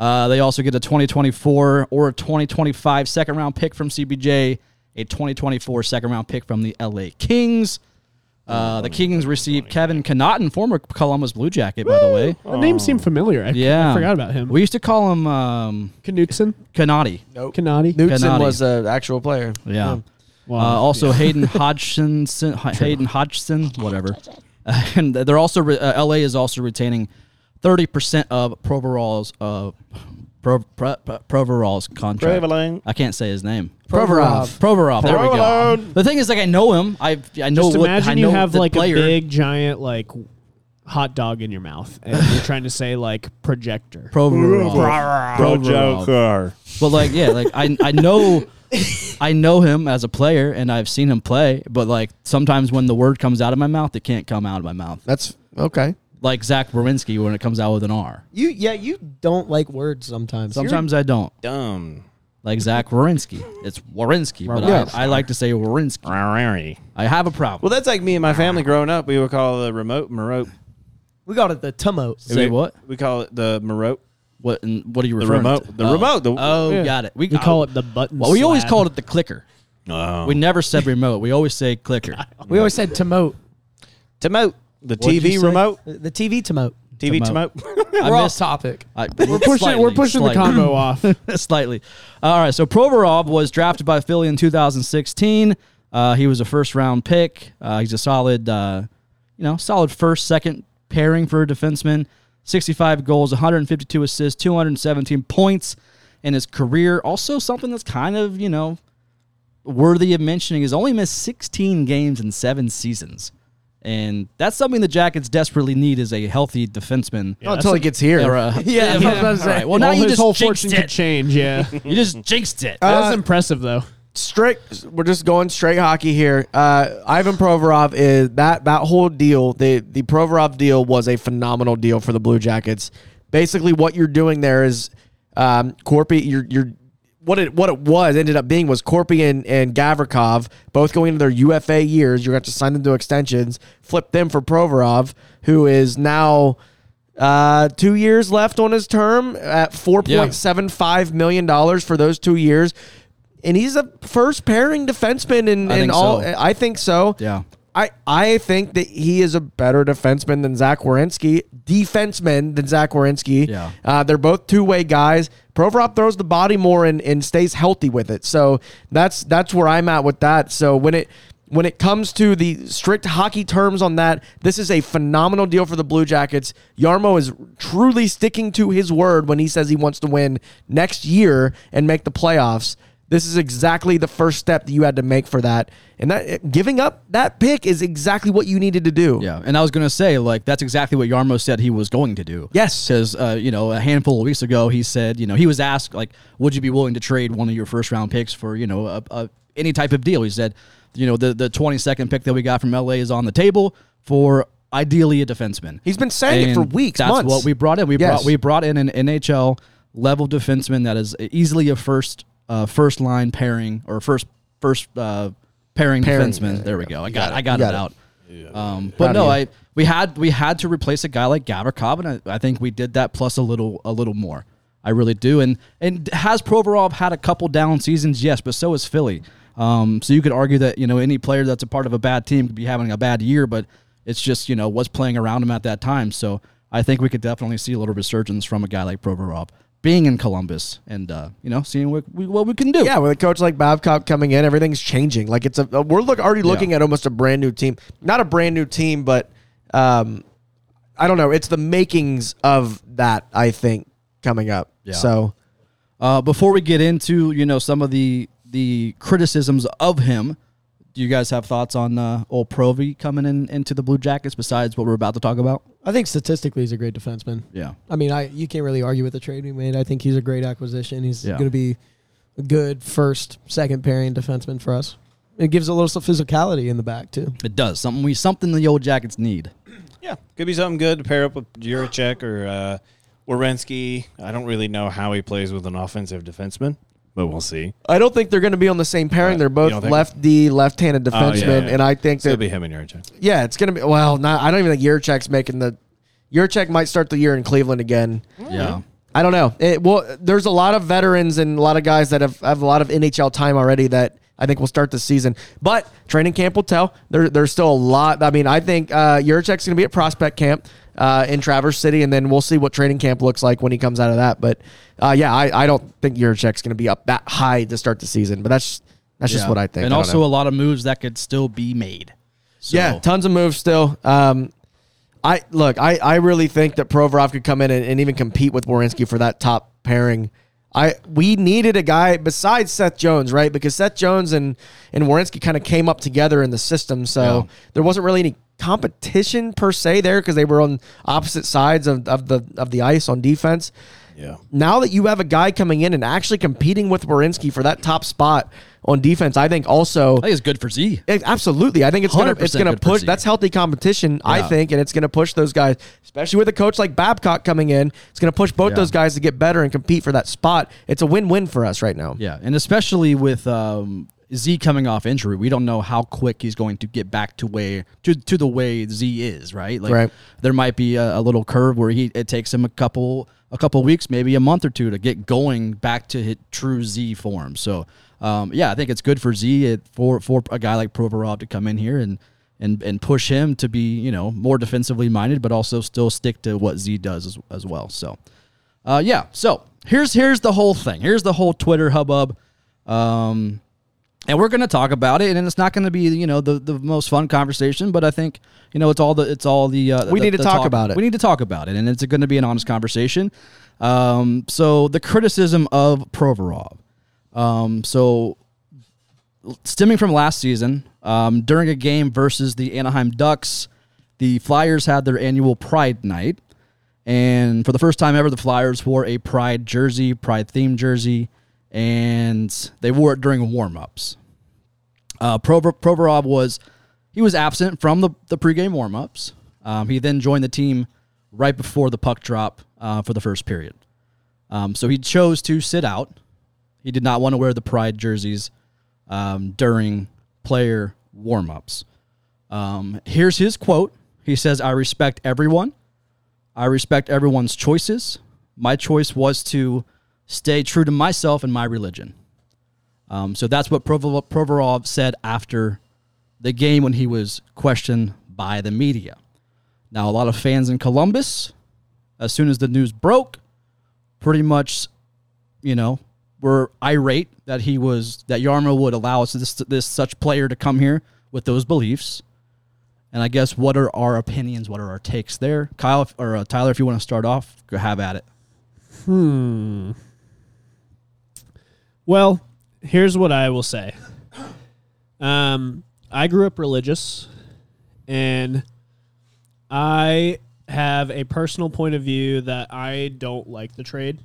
Uh, they also get a 2024 or a 2025 second round pick from CBJ, a 2024 second round pick from the LA Kings. Uh, the Kings received Kevin Connaughton, former Columbus Blue Jacket, by the way.
The name seemed familiar. I,
Yeah,
I forgot about him.
We used to call him um,
Knudsen,
Canati.
Nope.
Kanadi.
Knutson
Canadi.
was an actual player.
Yeah.
Wow.
Uh, also, Hayden Hodgson, Hayden Hodgson, whatever, and they're also re- uh, LA is also retaining thirty percent of Proverall's uh, Pro, Pro, Pro, Proverall's contract.
Provolone.
I can't say his name.
Provorov.
Provorov. There we go.
Provolone.
The thing is, like, I know him. I I know
Just
what I
imagine
know
you have
the
like
player.
a big giant like hot dog in your mouth, and you're trying to say like projector.
Provorov. Provorov.
Joker.
But like, yeah, like I I know I know him as a player and I've seen him play, but like sometimes when the word comes out of my mouth, it can't come out of my mouth.
That's okay.
Like Zach Borwinski when it comes out with an R.
You yeah, you don't like words sometimes.
Sometimes I don't.
Dumb.
Like Zach Warinsky. It's Warinsky, but
Yes.
I, I like to say Warinsky. I have a problem.
Well, that's like me and my family growing up. We would call the remote Marote.
we got it the tummo.
Say
we,
what?
We call it the Marote.
What and what are you referring
remote-
to?
the
oh.
remote, the-
oh,
Yeah.
got it. We,
We call it the button.
Well, we always
slab.
called it the clicker. We never said remote. We always say clicker.
We always said tomote.
Tomote. The
What'd you
TV
say?
remote.
The TV tomote.
TV
Tomote.
Tomote.
I
We're off
missed-
topic.
I-
We're pushing. we're
slightly,
pushing
slightly.
the combo off.
slightly. All right. So Provorov was drafted by Philly in 2016. Uh, he was a first round pick. Uh, he's a solid, uh, you know, solid first, second pairing for a defenseman. 65 goals, 152 assists, 217 points in his career. Also, something that's kind of, you know, worthy of mentioning is only missed 16 games in seven seasons. And that's something the Jackets desperately need is a healthy defenseman.
Not until he gets here.
Or, uh,
Yeah, that's what I was about to say.
All right, Well, now
All
you
his
just
whole
jinxed
fortune could
it.
change. Yeah,
You just jinxed it.
that was impressive though.
straight. We're just going straight hockey here. Uh, Ivan Provorov is that that whole deal. The the Provorov deal was a phenomenal deal for the Blue Jackets. Basically, what you're doing there is, um, Corpy, you're you're what it what it was ended up being was Corpy and, and Gavrikov both going into their UFA years. You're going to have to sign them to extensions, flip them for Provorov, who is now. Uh, two years left on his term at four point seven five million dollars for those two years, and he's a first pairing defenseman. In,
I
in
think
all,
so.
I think so.
Yeah.
I I think that he is a better defenseman than Zach Wierenski, defenseman than Zach Wierenski.
Yeah.
Uh, they're both two way guys. Provorov throws the body more and, and stays healthy with it. So that's that's where I'm at with that. So when it when it comes to the strict hockey terms on that, this is a phenomenal deal for the Blue Jackets. Yarmo is truly sticking to his word when he says he wants to win next year and make the playoffs. This is exactly the first step that you had to make for that. And that eh, giving up that pick is exactly what you needed to do.
Yeah, and I was gonna say like that's exactly what Yarmo said he was going to do.
Yes.
because uh, you know a handful of weeks ago he said you know he was asked like would you be willing to trade one of your first round picks for you know a, a, any type of deal? He said you know the the twenty second pick that we got from LA is on the table for ideally a defenseman.
He's been saying it for
And
weeks,
That's
months.
what we brought in. We
Yes.
brought we brought in an NHL level defenseman that is easily a first uh, first line pairing or first first uh, pairing,
Pairing,
defenseman.
yeah,
there we go. I got, I got,
You got
it
it.
out. Um, but
Proud
no,
of
I we had we had to replace a guy like Gavrikov, and I, I think we did that plus a little a little more. I really do. And and has Provorov had a couple down seasons? Yes, but so has Philly. Um, so you could argue that you know any player that's a part of a bad team could be having a bad year, but it's just you know what's playing around him at that time. So I think we could definitely see a little resurgence from a guy like Provorov being in Columbus and uh, you know seeing what we, what we can do.
Yeah, with a coach like Babcock coming in, everything's changing. Like it's a we're look already looking at almost a brand new team. Not a brand new team, but um, I don't know. It's the makings of that. I think coming up.
Yeah.
So
Uh, before we get into you know some of the the criticisms of him, do you guys have thoughts on uh, old Provy coming in into the Blue Jackets besides what we're about to talk about?
I think statistically he's a great defenseman.
Yeah,
I mean, I you can't really argue with the trade we made. I think he's a great acquisition. He's
Yeah.
going to be a good first, second pairing defenseman for us. It gives a little some physicality in the back too.
it does something we something the old Jackets need.
Yeah, could be something good to pair up with Juracek or uh, Werenski. I don't really know how he plays with an offensive defenseman, but we'll see.
I don't think they're going to be on the same pairing.
Right.
They're
Uh, You don't
both
think- Oh,
left D, left-handed defensemen,
yeah.
and I think
It's gonna
that
be him and Juracek.
yeah, it's going to be. Well, not, I don't even think Yurchek's making the. Yurchek might start the year in Cleveland again.
Yeah,
I don't know. It, well, there's a lot of veterans and a lot of guys that have, have a lot of NHL time already that I think will start this season. But training camp will tell. There, there's still a lot. I mean, I think uh, Juracek's going to be at prospect camp uh, in Traverse City, and then we'll see what training camp looks like when he comes out of that. But uh, yeah, I, I don't think Juracek's going to be up that high to start the season. But that's that's just
Yeah.
what I think.
And
I don't
also
know.
a lot of moves that could still be made. So,
Yeah, tons of moves still. Um, I look, I, I really think that Provorov could come in and, and even compete with Warinsky for that top pairing. I we needed a guy besides Seth Jones, right? Because Seth Jones and and Warinsky kind of came up together in the system, so there wasn't really any competition per se there because they were on opposite sides of, of the of the ice on defense
Yeah.
now that you have a guy coming in and actually competing with Warinsky for that top spot on defense, I think also
I think it's good for Z.
it- absolutely. I think it's gonna it's
100%
gonna
good for
push.
Z.
That's healthy competition, I think, and it's gonna push those guys, especially with a coach like Babcock coming in. It's gonna push both
Yeah.
those guys to get better and compete for that spot. It's a win-win for us right now.
Yeah, and especially with um, Z coming off injury, we don't know how quick he's going to get back to way to, to the way Z is. Right, like
Right.
there might be a, a little curve where he it takes him a couple a couple weeks, maybe a month or two, to get going back to hit true Z form. So, um, yeah, I think it's good for Z it, for for a guy like Provorov to come in here and. And, and push him to be you know more defensively minded, but also still stick to what Z does as, as well. So, uh, yeah. So here's here's the whole thing. Here's the whole Twitter hubbub, um, and we're gonna talk about it. And it's not gonna be you know the, the most fun conversation, but I think you know it's all the it's all the uh,
We
the-
need to
the
talk about it.
We need to talk about it, and it's gonna be an honest conversation. Um, so the criticism of Provorov. Um, so stemming from last season, um, during a game versus the Anaheim Ducks, the Flyers had their annual Pride Night. And for the first time ever, the Flyers wore a Pride jersey, Pride themed jersey, and they wore it during warm ups. Uh, Prover- Provorov was he was absent from the, the pregame warm ups. Um, he then joined the team right before the puck drop uh, for the first period. Um, so he chose to sit out. He did not want to wear the pride jerseys um, during player warm-ups. Um, here's his quote. He says, "I respect everyone. I respect everyone's choices. My choice was to stay true to myself and my religion." Um, so that's what Provo- Provorov said after the game when he was questioned by the media. Now, a lot of fans in Columbus, as soon as the news broke, pretty much, you know, were irate that he was that Yarmo would allow us this this such player to come here with those beliefs. And I guess what are our opinions? What are our takes there, Kyle if- or uh, Tyler? If you want to start off, go have at it.
Well, here's what I will say. Um, I grew up religious, and I have a personal point of view that I don't like the trade.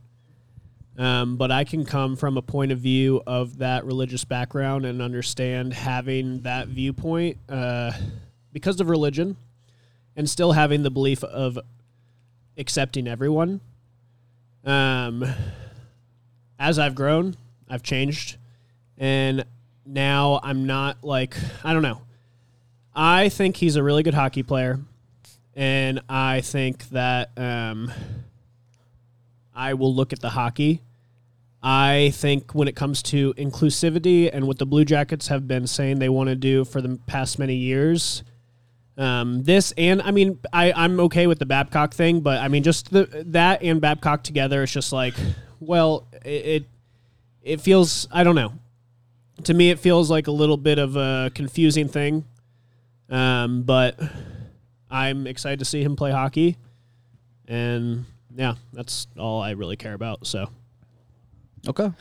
Um, but I can come from a point of view of that religious background and understand having that viewpoint uh, because of religion and still having the belief of accepting everyone. Um, as I've grown, I've changed, and now I'm not like I don't know. I think he's a really good hockey player, and I think that um, I will look at the hockey. I think when it comes to inclusivity and what the Blue Jackets have been saying they want to do for the past many years, um, this and I mean I I'm okay with the Babcock thing, but I mean just the that and Babcock together it's just like well it it, it feels I don't know to me it feels like a little bit of a confusing thing, um, but I'm excited to see him play hockey, and yeah that's all I really care about. So
Okay.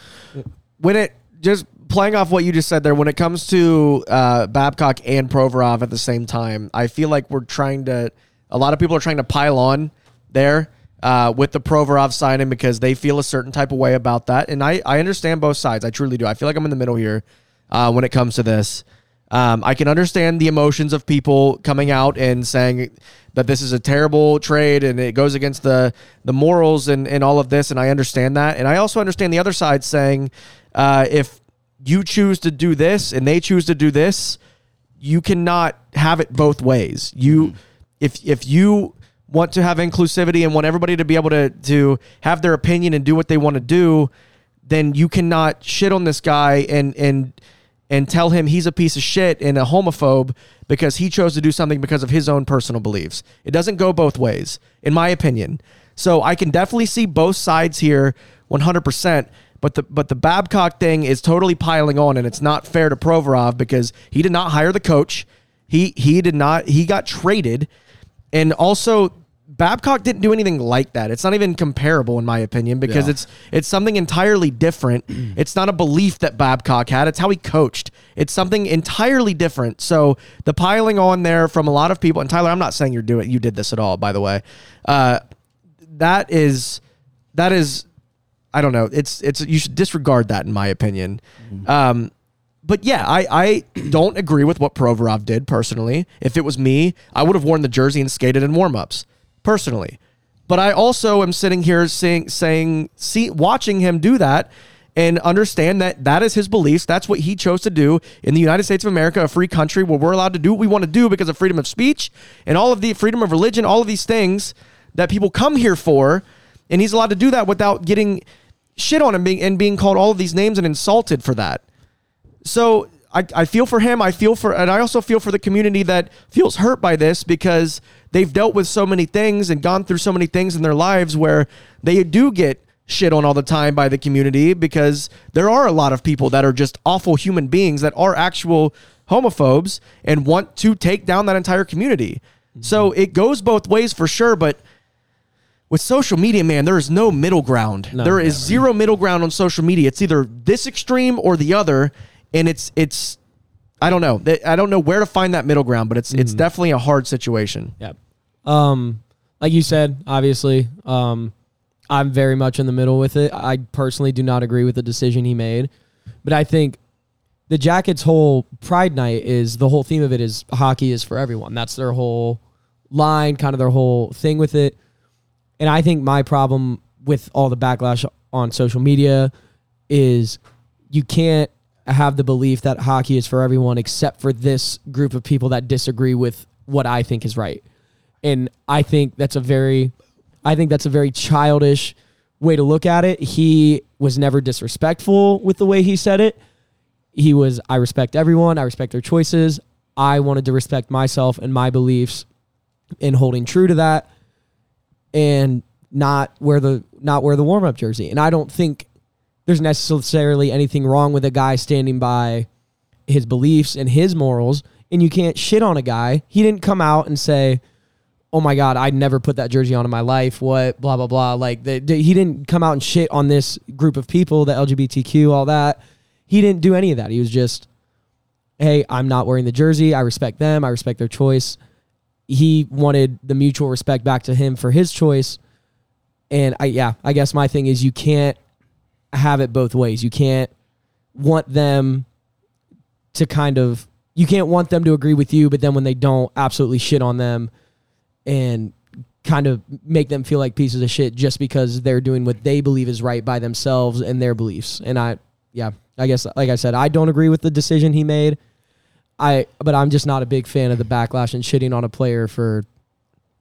when it just playing off what you just said there, when it comes to uh, Babcock and Provorov at the same time, I feel like we're trying to. A lot of people are trying to pile on there uh, with the Provorov signing because they feel a certain type of way about that, and I I understand both sides. I truly do. I feel like I'm in the middle here uh, when it comes to this. Um, I can understand the emotions of people coming out and saying that this is a terrible trade and it goes against the the morals and, and all of this, and I understand that. And I also understand the other side saying uh, if you choose to do this and they choose to do this, you cannot have it both ways. You if if you want to have inclusivity and want everybody to be able to to have their opinion and do what they want to do, then you cannot shit on this guy and and and tell him he's a piece of shit and a homophobe because he chose to do something because of his own personal beliefs. It doesn't go both ways, in my opinion. So I can definitely see both sides here 100%. But the but the Babcock thing is totally piling on, and it's not fair to Provorov because he did not hire the coach. He he did not he got traded, and also Babcock didn't do anything like that. It's not even comparable in my opinion because
Yeah.
it's it's something entirely different. it's not a belief that Babcock had. It's how he coached. It's something entirely different. So the piling on there from a lot of people and Tyler, I'm not saying you're doing you did this at all. By the way, uh, that is that is I don't know. It's it's you should disregard that in my opinion. Um, but yeah, I, I don't agree with what Provorov did personally. If it was me, I would have worn the jersey and skated in warm-ups personally. But I also am sitting here seeing, saying, see, watching him do that and understand that that is his beliefs. That's what he chose to do in the United States of America, a free country where we're allowed to do what we want to do because of freedom of speech and all of the freedom of religion, all of these things that people come here for. And he's allowed to do that without getting shit on and being, and being called all of these names and insulted for that. So I, I feel for him. I feel for, and I also feel for the community that feels hurt by this because they've dealt with so many things and gone through so many things in their lives where they do get shit on all the time by the community because there are a lot of people that are just awful human beings that are actual homophobes and want to take down that entire community. So it goes both ways for sure, but with social media, man, there is no middle ground. there is zero middle ground on social media. It's either this extreme or the other, and it's it's I don't know. Th- I don't know where to find that middle ground, but it's it's
Mm-hmm.
definitely a hard situation.
Yeah. Um, like you said, obviously, um, I'm very much in the middle with it. I personally do not agree with the decision he made, but I think the Jackets' whole Pride Night is the whole theme of it is hockey is for everyone. That's their whole line, kind of their whole thing with it. And I think my problem with all the backlash on social media is you can't have the belief that hockey is for everyone except for this group of people that disagree with what I think is right. And I think that's a very I think that's a very childish way to look at it. He was never disrespectful with the way he said it. He was I respect everyone, I respect their choices. I wanted to respect myself and my beliefs and holding true to that and not wear the not wear the warm up jersey. And I don't think there's necessarily anything wrong with a guy standing by his beliefs and his morals. And you can't shit on a guy. He didn't come out and say, "Oh my God, I'd never put that jersey on in my life." What blah blah blah. Like the, the- he didn't come out and shit on this group of people, the LGBTQ, all that. He didn't do any of that. He was just, "Hey, I'm not wearing the jersey. I respect them. I respect their choice." he wanted the mutual respect back to him for his choice. And I yeah, I guess my thing is you can't have it both ways. You can't want them to kind of you can't want them to agree with you, but then when they don't, absolutely shit on them and kind of make them feel like pieces of shit just because they're doing what they believe is right by themselves and their beliefs. And I yeah, I guess like I said, I don't agree with the decision he made. I but I'm just not a big fan of the backlash and shitting on a player for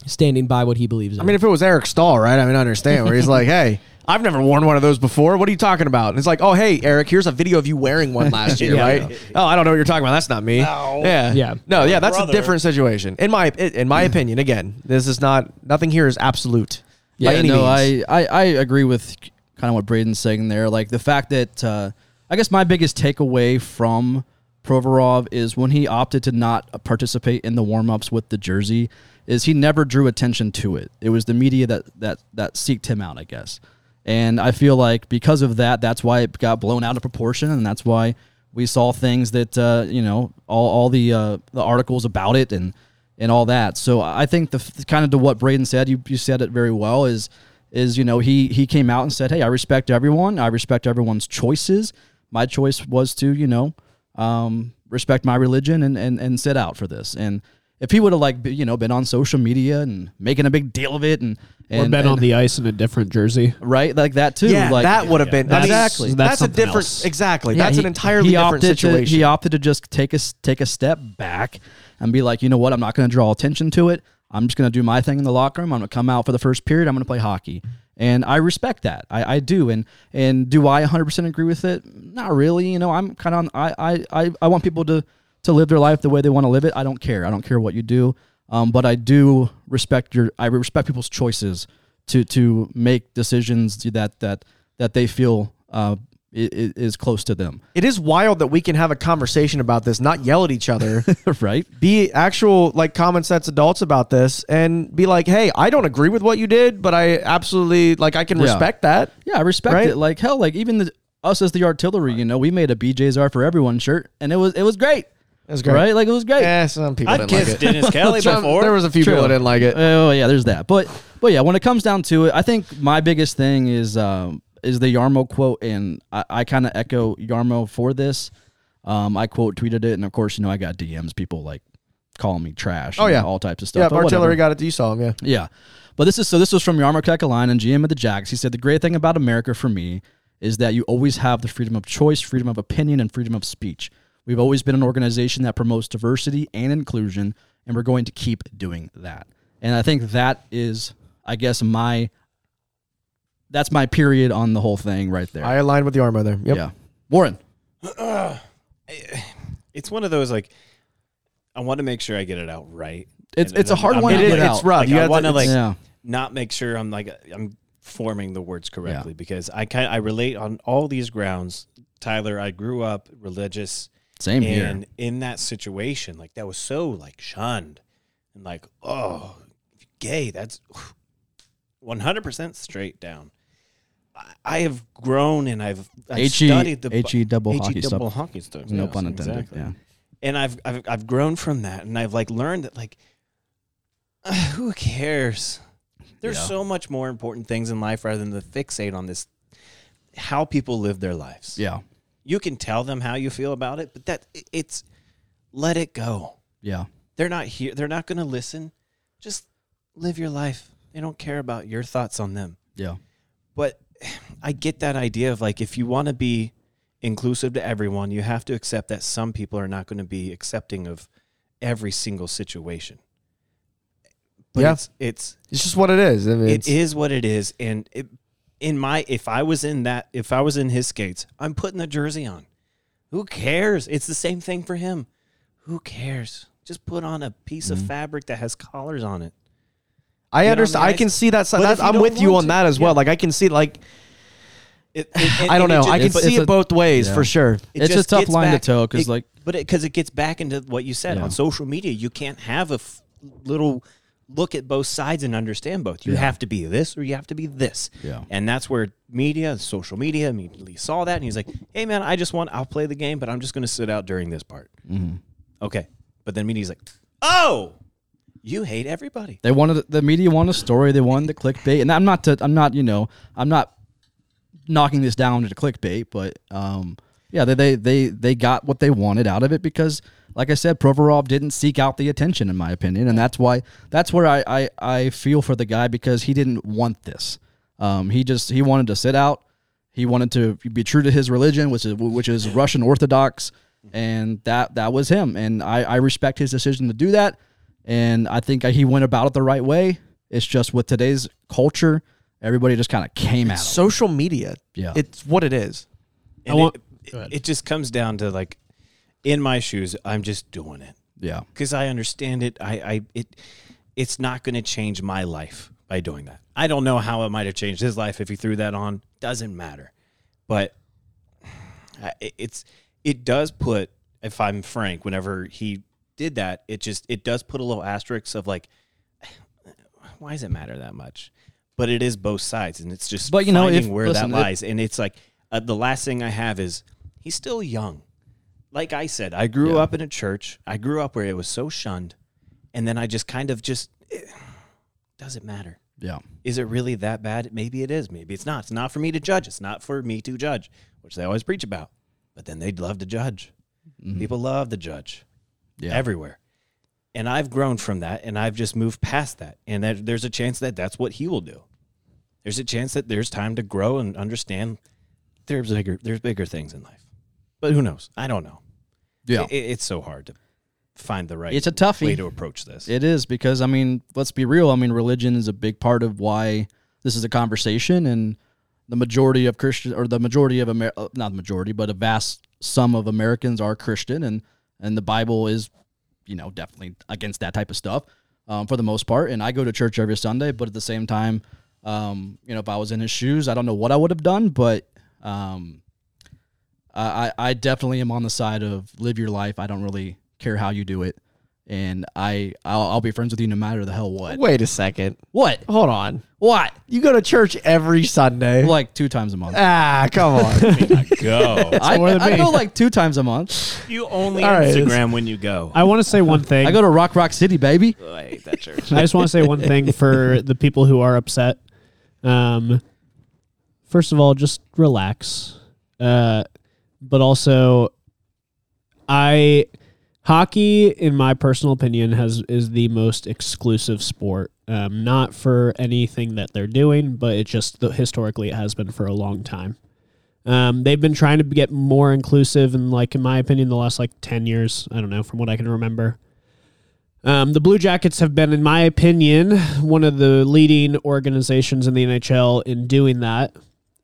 standing by what he believes in.
I mean, if it was Eric Stahl, right? I mean, I understand where he's like, hey, I've never worn one of those before. What are you talking about? And it's like, oh, hey, Eric, here's a video of you wearing one last year, right? Oh, I don't know what you're talking about. That's not me. Yeah.
Yeah.
No, yeah, that's a different situation. In my in my opinion, again, this is not nothing here is absolute.
Yeah,
by any
no,
means.
I, I, I agree with kind of what Braden's saying there. Like the fact that uh, I guess my biggest takeaway from Provorov is when he opted to not participate in the warm-ups with the jersey is he never drew attention to it. It was the media that that that seeked him out, I guess. And I feel like because of that, that's why it got blown out of proportion, and that's why we saw things that uh, you know all, all the uh, the articles about it and and all that. So I think the f- kind of to what Braden said, you, you said it very well. Is is you know he he came out and said, hey, I respect everyone. I respect everyone's choices. My choice was to you know um, respect my religion and and and sit out for this. And if he would have like be- you know been on social media and making a big deal of it and
Or
and,
been on
and-
the ice in a different jersey.
right like that too.
Yeah,
like,
that would have been I mean,
Exactly.
That's,
That's
a
something
different.
else.
Exactly.
Yeah,
that's
he-
an entirely
he
different
opted to-
situation.
he opted to just take a s- take a step back and be like, you know what, I'm not going to draw attention to it. I'm just going to do my thing in the locker room. I'm going to come out for the first period. I'm going to play hockey. And I respect that. I, I do. And and do I 100% agree with it? Not really. You know, I'm kind of, I, I, I, I want people to, to live their life the way they want to live it. I don't care. I don't care what you do. Um, but I do respect your, I respect people's choices to, to make decisions that, that, that they feel uh, i- i- is close to them.
It is wild that we can have a conversation about this, not yell at each other,
right?
be actual like common sense adults about this, and be like, "Hey, I don't agree with what you did, but I absolutely like I can
Yeah.
respect that."
Yeah, I respect
Right?
it. Like hell, like even the, us as the artillery, you know, we made a BJ's are for everyone shirt, and it was it was great. It
was great. Eh.
right? Like it was great.
Yeah, some people
I
didn't like
kissed
it.
Dennis Kelly
Some-
before.
there was a few
True.
people that didn't like it.
Oh yeah, there's that. But but yeah, when it comes down to it, I think my biggest thing is um, is the Yarmo quote, and I, I kind of echo Yarmo for this. Um, I quote tweeted it, and of course, you know, I got DMs, people like calling me trash.
Oh,
and
yeah.
all types of stuff.
yeah,
but whatever.
artillery got it. You saw him, yeah.
Yeah. But this is so this was from Yarmo Kekalainen, GM of the Jags. He said the great thing about America for me is that you always have the freedom of choice, freedom of opinion, and freedom of speech. We've always been an organization that promotes diversity and inclusion, and we're going to keep doing that. And I think that is, I guess, my that's my period on the whole thing right there.
I aligned with the armor there. Yep.
Yeah. Warren.
it's one of those like I want to make sure I get it out right.
It's-
And-
it's
and
a hard
I'm- I'm
one
not,
to get
like-
out.
It's rough.
Like,
You
I
have to-
want to like
yeah.
not make sure I'm like I'm forming the words correctly because I kind I relate on all these grounds. Tyler, I grew up religious,
Same here.
and in that situation, like that was so like shunned, and like oh, gay. That's one hundred percent straight down. I- I have grown and I've, I've
HE
studied the E
HE E, double hockey stuff.
double hockey stuff.
No
yes,
pun intended.
exactly
Yeah.
and I've, I've I've grown from that, and I've like learned that like, who cares? There's
Yeah.
so much more important things in life rather than to fixate on this how people live their lives.
Yeah.
You can tell them how you feel about it, but that it- it's let it go.
Yeah.
They're not here. They're not going to listen. Just live your life. They don't care about your thoughts on them
Yeah.
but I get that idea of like if you want to be inclusive to everyone, you have to accept that some people are not going to be accepting of every single situation. But
Yeah.
it's it's
It's just what it is. I mean,
it
it's-
is what it is, and it, in my if I was in that if I was in his skates, I'm putting the jersey on. Who cares? It's the same thing for him. Who cares? Just put on a piece of fabric that has collars on it.
I
know,
understand.
I
I
mean, I-
can see that. side.
But
That's,
if you
I'm
don't
with you
want
on
to,
that as well.
yeah.
Like I can see like
It- it-
I don't
and it
know.
ju-
I can
it's-
see
it's
it
a-
both ways
yeah.
for sure.
It
It's a
just
tough
gets
line to
back-
toe 'cause,
it-
like-
but because it, gets back into what you said
Yeah.
on social media, you can't have a f- little look at both sides and understand both. You have to be this or you have to be this.
Yeah.
and that's where media, social media, immediately saw that, and he's like, "Hey, man, I just want I'll play the game, but I'm just going to sit out during this part."
Mm-hmm.
Okay, but then media's like, "Oh, you hate everybody."
They wanted the media wanted a story. They wanted the clickbait, and I'm not. To, I'm not. You know, I'm not knocking this down to clickbait, but um, yeah, they, they they they got what they wanted out of it because, like I said, Provorov didn't seek out the attention, in my opinion, and that's why that's where I I, I feel for the guy because he didn't want this. Um, he just he wanted to sit out. He wanted to be true to his religion, which is which is Russian Orthodox, and that that was him. And I, I respect his decision to do that, and I think he went about it the right way. It's just with today's culture, everybody just kind of came at him.
Social media.
Yeah.
It's what it is.
And
want-
it, it, it just comes down to like, in my shoes, I'm just doing it.
yeah,
because I understand it. I, I it it's not going to change my life by doing that. I don't know how it might have changed his life if he threw that on. Doesn't matter, but I- it- it's it does put. If I'm frank, whenever he did that, it just it does put a little asterisk of like, why does it matter that much? But it is both sides, and it's just
But,
but
you
you
know,
finding
if-
where
listen, it-
that lies. and it's like uh, the last thing I have is he's still young like I said, I grew up in a church. I grew up where it was so shunned, and then I just kind of just eh, doesn't matter.
yeah.
Is it really that bad? Maybe it is. Maybe it's not. It's not for me to judge. It's not for me to judge, which they always preach about. But then they'd love to judge. People love to judge
Mm-hmm. Yeah.
everywhere. And I've grown from that and I've just moved past that. And that, there's a chance that that's what he will do. There's a chance that there's time to grow and understand there's bigger, there's bigger things in life. But who knows? I don't know.
Yeah.
I- i- it's so hard to find the right
It's a toughie.
way to approach this.
It is because I mean, let's be real. I mean, religion is a big part of why this is a conversation, and the majority of Christian or the majority of Amer- uh, not the majority, but a vast sum of Americans are Christian, and and the Bible is, you know, definitely against that type of stuff um, for the most part. And I go to church every Sunday, but at the same time, um, you know, if I was in his shoes, I don't know what I would have done, but. Um, I, I I definitely am on the side of live your life. I don't really care how you do it, and I I'll, I'll be friends with you no matter the hell what.
Wait a second.
What?
Hold on.
What?
You go to church every Sunday.
Like two times a month.
Ah, come on.
Go.
I, I go like two times a month.
you only
All right,
Instagram when you go.
I want to say one thing.
I go to Rock Rock City, baby.
I hate that church.
I just want to say one thing for the people who are upset. Um, first of all, just relax. Uh, but also, I hockey, in my personal opinion, has is the most exclusive sport. Um, not for anything that they're doing, but it just historically it has been for a long time. Um, they've been trying to get more inclusive, and like in my opinion, the last like ten years, I don't know, from what I can remember. Um, the Blue Jackets have been, in my opinion, one of the leading organizations in the NHL in doing that.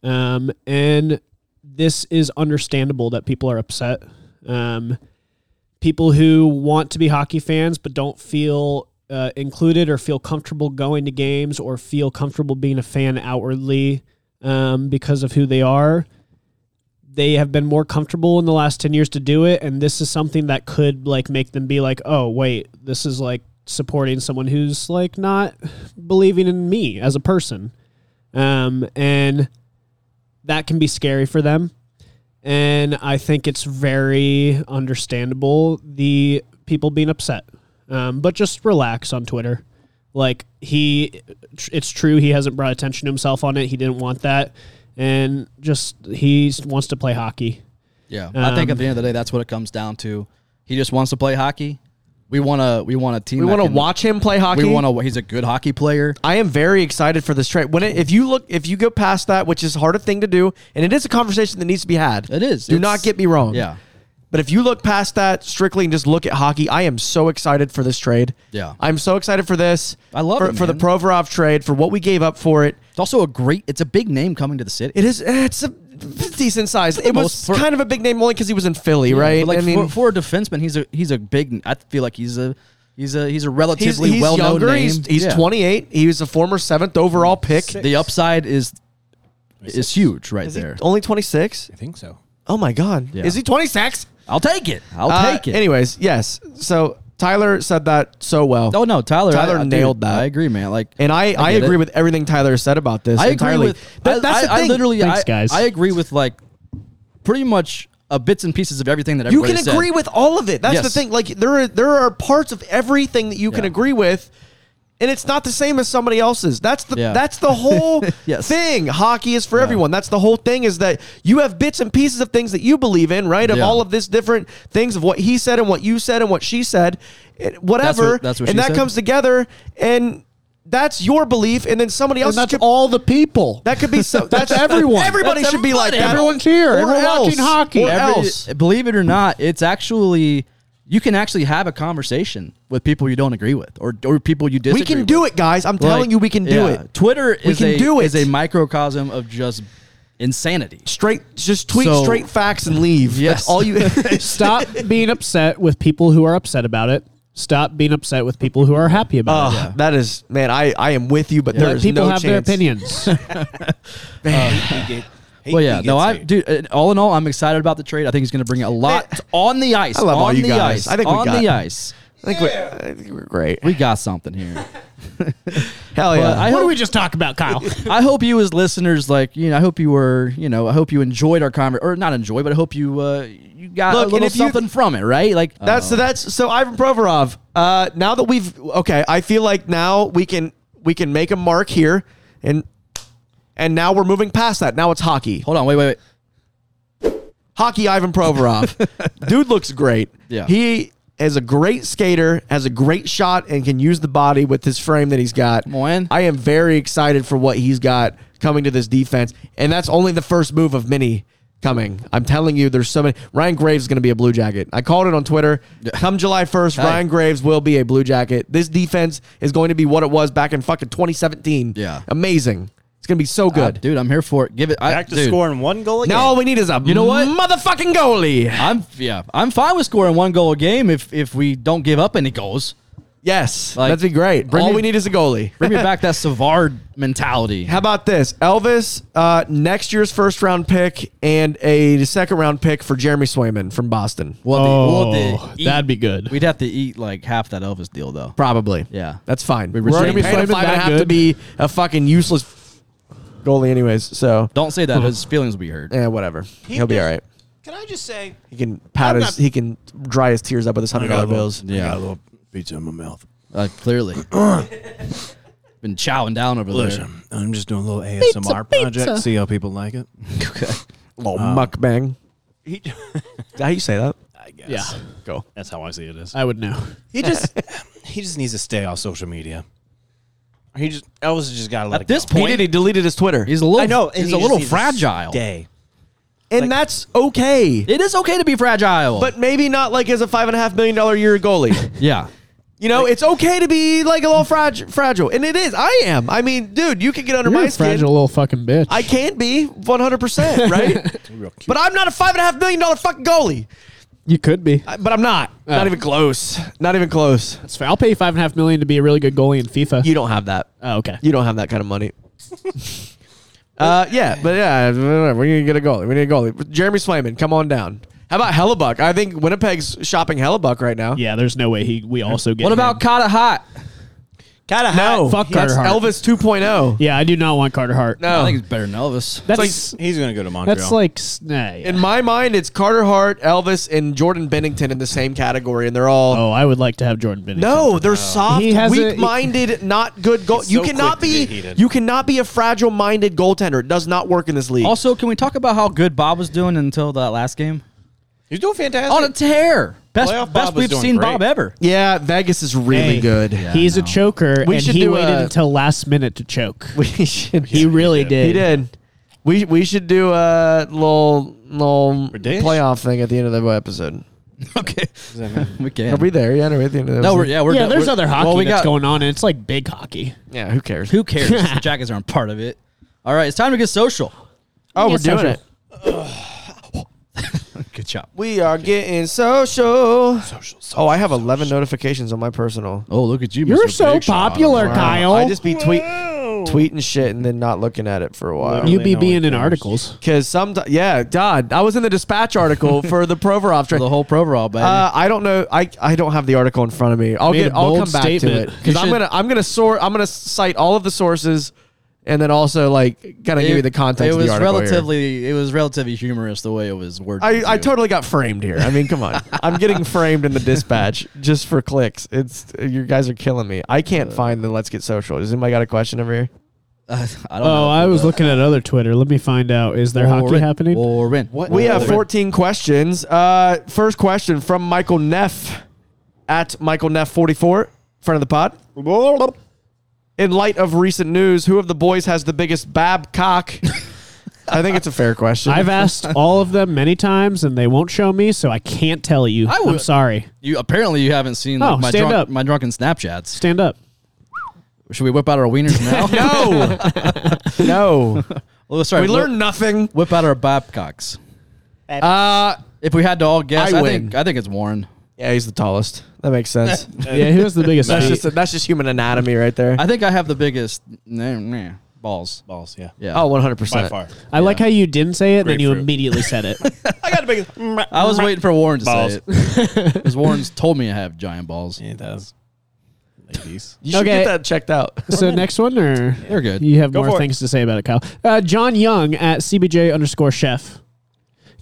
Um, and this is understandable that people are upset. Um, people who want to be hockey fans but don't feel uh, included or feel comfortable going to games or feel comfortable being a fan outwardly um, because of who they are they have been more comfortable in the last 10 years to do it and this is something that could like make them be like oh wait this is like supporting someone who's like not believing in me as a person um, and that can be scary for them and i think it's very understandable the people being upset um, but just relax on twitter like he it's true he hasn't brought attention to himself on it he didn't want that and just he wants to play hockey
Yeah, I think
Um,
at the end of the day, that's what it comes down to. He just wants to play hockey. We want to. We want a team.
we
that
want to
can-
watch him play hockey.
We want to. He's a good hockey player.
I am very excited for this trade. When it, if you look, if you go past that, which is a harder thing to do, and it is a conversation that needs to be had.
It is.
Do
It's-
not get me wrong.
Yeah.
But if you look past that strictly and just look at hockey, I am so excited for this trade.
Yeah.
I'm so excited for this.
I love
for,
it,
for the
man.
Provorov trade for what we gave up for it.
It's also a great. It's a big name coming to the city.
It is. eh, It's a decent size. It was
most part.
kind of a big name only because he was in Philly, right?
But like
I mean,
for, for a defenseman, he's a he's a big. I feel like he's a he's a he's a relatively well known
younger.
name.
He's, he's
Yeah.
28. He was a former seventh overall pick.
The upside is is huge right
Is he
there.
only 26?
I think so.
Oh my God.
Yeah.
Is he 26?
I'll take it. I'll
Uh,
take it.
Anyways, yes. So Tyler said that so well.
Oh no, Tyler!
Tyler
I, I-
nailed
dude,
that.
I agree, man. Like,
And I, I,
get
agree
it.
with everything Tyler said about this.
I agree
entirely.
with.
But
I,
that's the
I- I
thing.
literally,
Thanks,
I,
guys.
I agree with like pretty much uh, bits and pieces of everything that
you
everybody
can
said.
agree with all of it. That's the
Yes.
thing. Like there are there are parts of everything that you can
Yeah.
agree with, and it's not the same as somebody else's. That's the
Yeah.
that's the whole
Yes.
thing. Hockey is for everyone. That's the whole thing. Is that you have bits and pieces of things that you believe in, right? Of
Yeah.
all of this different things of what he said and what you said and what she said, and whatever.
that's what
and
she
that
said.
comes together and. That's your belief, and then somebody else
and that's
could-
all the people
That could be so.
That's everyone.
Everybody
That's
should be like
everybody.
that.
Everyone's here.
Or
Everyone
else.
watching hockey.
Or
Every-
else.
Believe it or not, it's actually you can actually have a conversation with people you don't agree with or or people you disagree.
We can do
with.
it, guys. I'm telling
Like,
you, we can do
yeah.
it.
Twitter is
can
a
do it.
is a microcosm of just insanity.
Straight, just tweet
So-
straight facts and leave.
Yes.
That's all you.
stop being upset with people who are upset about it stop being upset with people who are happy
Ugh,
about it
Oh, That is, man. I, I am with you, but
Let
Ah, there is
people
no
have
chance.
their opinions
Well, yeah, no, I dude. uh, All in all, I'm excited about the trade. I think he's going to bring a lot on the ice.
I love
on
all you
the
guys.
Ice,
I think we
on
got
the
it.
ice,
I think, we, I think we're great.
we got something here.
Hell yeah!
But I
what
hope,
did we just talk about kyle
I hope you as listeners, like you know, I hope you were, you know, I hope you enjoyed our conversation, or not enjoy, but I hope you uh, you got
Look,
a
and
little
if you-
something from it, right? Like uh,
That's so that's so Ivan Provorov. Uh, now that we've okay, I feel like now we can we can make a mark here, and and now we're moving past that. Now it's hockey.
Hold on, wait, wait, wait.
hockey Ivan Provorov. Dude looks great.
Yeah.
He is a great skater, has a great shot, and can use the body with his frame that he's got.
on.
I am very excited for what he's got coming to this defense. And that's only the first move of many coming. I'm telling you, there's so many. Ryan Graves is going to be a Blue Jacket. I called it on Twitter. Come July 1st, Ryan Graves will be a Blue Jacket. This defense is going to be what it was back in fucking 2017.
Yeah.
amazing. It's going to be so
Uh,
good.
dude, I'm here for it. Give it. I,
Back to
dude,
scoring one goal again.
now all we need is a you
know what?
motherfucking goalie.
I'm yeah. I'm fine with scoring one goal a game if if we don't give up any goals.
Yes,
Like,
that'd be great.
bring
All
me-
we need is a goalie.
Bring me back that Savard mentality.
How about this, Elvis? Uh, next year's first round pick and a second round pick for Jeremy Swayman from Boston.
We'll have to- we'll have
Oh,
to eat-
that'd be good.
We'd have to eat like half that Elvis deal though.
Probably.
Yeah.
That's fine. We
were
are going to
saying
be paying
Swayman
him five and a
that
half to
good?
be a fucking useless goalie, anyways. So,
Don't say that. His feelings will be hurt.
eh, whatever. He'll be all
does-
right.
Can I just say?
He can pat
I'm
his.
not-
he can dry his tears up with his hundred dollar bills.
Yeah.
I got a little pizza in my mouth.
Uh, clearly. Been chowing down over there.
Listen, I'm just doing a little ASMR project. See how people like it.
Okay. Little mukbang.
He,
Is that How you say that?
I guess.
Yeah,
Go.
That's how I see it is.
I would know.
He just he just needs to stay off social media. He just Elvis just got to
At
let it
this
go.
He
point,
did. He deleted his Twitter.
he's a little.
I know
He's
and
a
he
little
just needs to
fragile.
Stay.
and that's okay.
It is okay to be fragile.
but maybe not like as a five and a half million dollar a year goalie.
yeah,
You know, it's okay to be like a little frag- fragile, and it is. I am. I mean, dude, you can get under
You're
my
a fragile
skin.
little fucking bitch.
I can be 100%, right? but I'm not a $5.5 million dollar fucking goalie.
you could be.
I- But I'm not.
Oh.
Not even close. Not even close.
That's fair. I'll pay five and a half million to be a really good goalie in FIFA.
You don't have that.
oh, okay.
You don't have that kind of money. uh, yeah, but yeah, we need to get a goalie. We need a goalie. Jeremy Swayman, come on down. How about Hellebuck? I think Winnipeg's shopping Hellebuck right now.
yeah, there's no way he. We also get.
What
him.
about Kata Hot?
Kinda no,
Fuck
that's
Carter Hart.
Elvis oh. 2.0.
Yeah, I do not want Carter Hart.
No,
I think it's better than Elvis.
that's
He's, he's gonna go to Montreal.
that's like. s- Nah, yeah.
in my mind, it's Carter Hart, Elvis, and Jordan Bennington in the same category, and they're all
Oh, I would like to have Jordan Bennington.
No, they're soft,
He has a-
weak-minded, not good goal.
He's
You
so
cannot
quick to
be.
get heated.
You cannot be a fragile-minded goaltender. It does not work in this league.
Also, can we talk about how good Bob was doing until that last game?
he's doing fantastic.
On a tear, best
Playoff Bob
best
was
we've
doing
seen
great.
Bob ever.
yeah, Vegas is really
Hey,
good.
He's a
no.
choker,
We
and
should
he
do
waited
a-
until last minute to choke.
We should.
He really did.
He did. We we should do a little little
Prediction?
playoff thing at the end of the episode.
okay, we
Are
can.
we there? Yeah, are we at the end of the
no,
episode?
we're yeah we're
yeah,
done.
there's
We're-
other hockey
well, we
that's
got,
going on, and it's like big hockey.
yeah. Who cares?
Who cares? the Jackets aren't part of it. All right, it's time to get social.
Oh, we're
Yes,
doing
social.
it.
Good job.
We are getting social. Social. Oh, I have 11 notifications on my personal.
Oh, look at you!
You're
Mr.
so
Big Shot.
popular, Kyle.
I just be tweet tweeting shit and then not looking at it for a while.
you
Really
be
no
being
one
in
cares.
articles.
Because some, yeah, God, I was in the dispatch article for the Provorov trade.
the whole Provorov, baby.
Uh, I don't know. I, I don't have the article in front of me. I'll
Made
get.
a
I'll
bold
come back
statement.
to it because
You
I'm
should-
gonna I'm gonna sort. I'm gonna cite all of the sources, and then also like kind of give you the context.
It
of the
was
article here.
relatively, it was relatively humorous the way it was worded.
I, I
too.
totally got framed here. I mean, come on. I'm getting framed in the dispatch just for clicks. It's you guys are killing me. I can't find the let's get social. Does anybody got a question over here?
I don't know.
Oh, I was looking at other Twitter. Let me find out. Is there hockey
Warren-
happening?
Warren.
We have 14 questions. Uh, first question from Michael Neff at Michael Neff 44, front of the pod. In light of recent news, who of the boys has the biggest bab cock? I think it's a fair question.
I've asked all of them many times, and they won't show me, so I can't tell you.
I
I'm
would-
sorry.
You apparently you haven't seen like,
Oh,
my
stand
drunk,
up.
my drunken Snapchats.
Stand up.
Should we whip out our wieners now?
no, no.
Well, sorry,
We
whip-
learned nothing.
Whip out our babcocks.
Uh,
If we had to all guess,
I
I,
win.
think I think it's Warren.
yeah, he's the tallest. That makes sense.
Yeah, who has the biggest
That's
feet?
just that's just human anatomy right there.
I think I have the biggest nah, nah, balls.
balls. Yeah.
Yeah.
Oh, 100
By
percent.
far.
I like how you didn't say it, then you
Grapefruit.
immediately said it.
I got the biggest.
I was waiting for Warren to
Balls.
say it because Warren's told me I have giant balls.
It does. Ladies.
You should
Okay.
get that checked out.
so next one, or
They're good.
you have
Go
more
for it.
things to say about it, Kyle? Uh, John Young at CBJ underscore chef.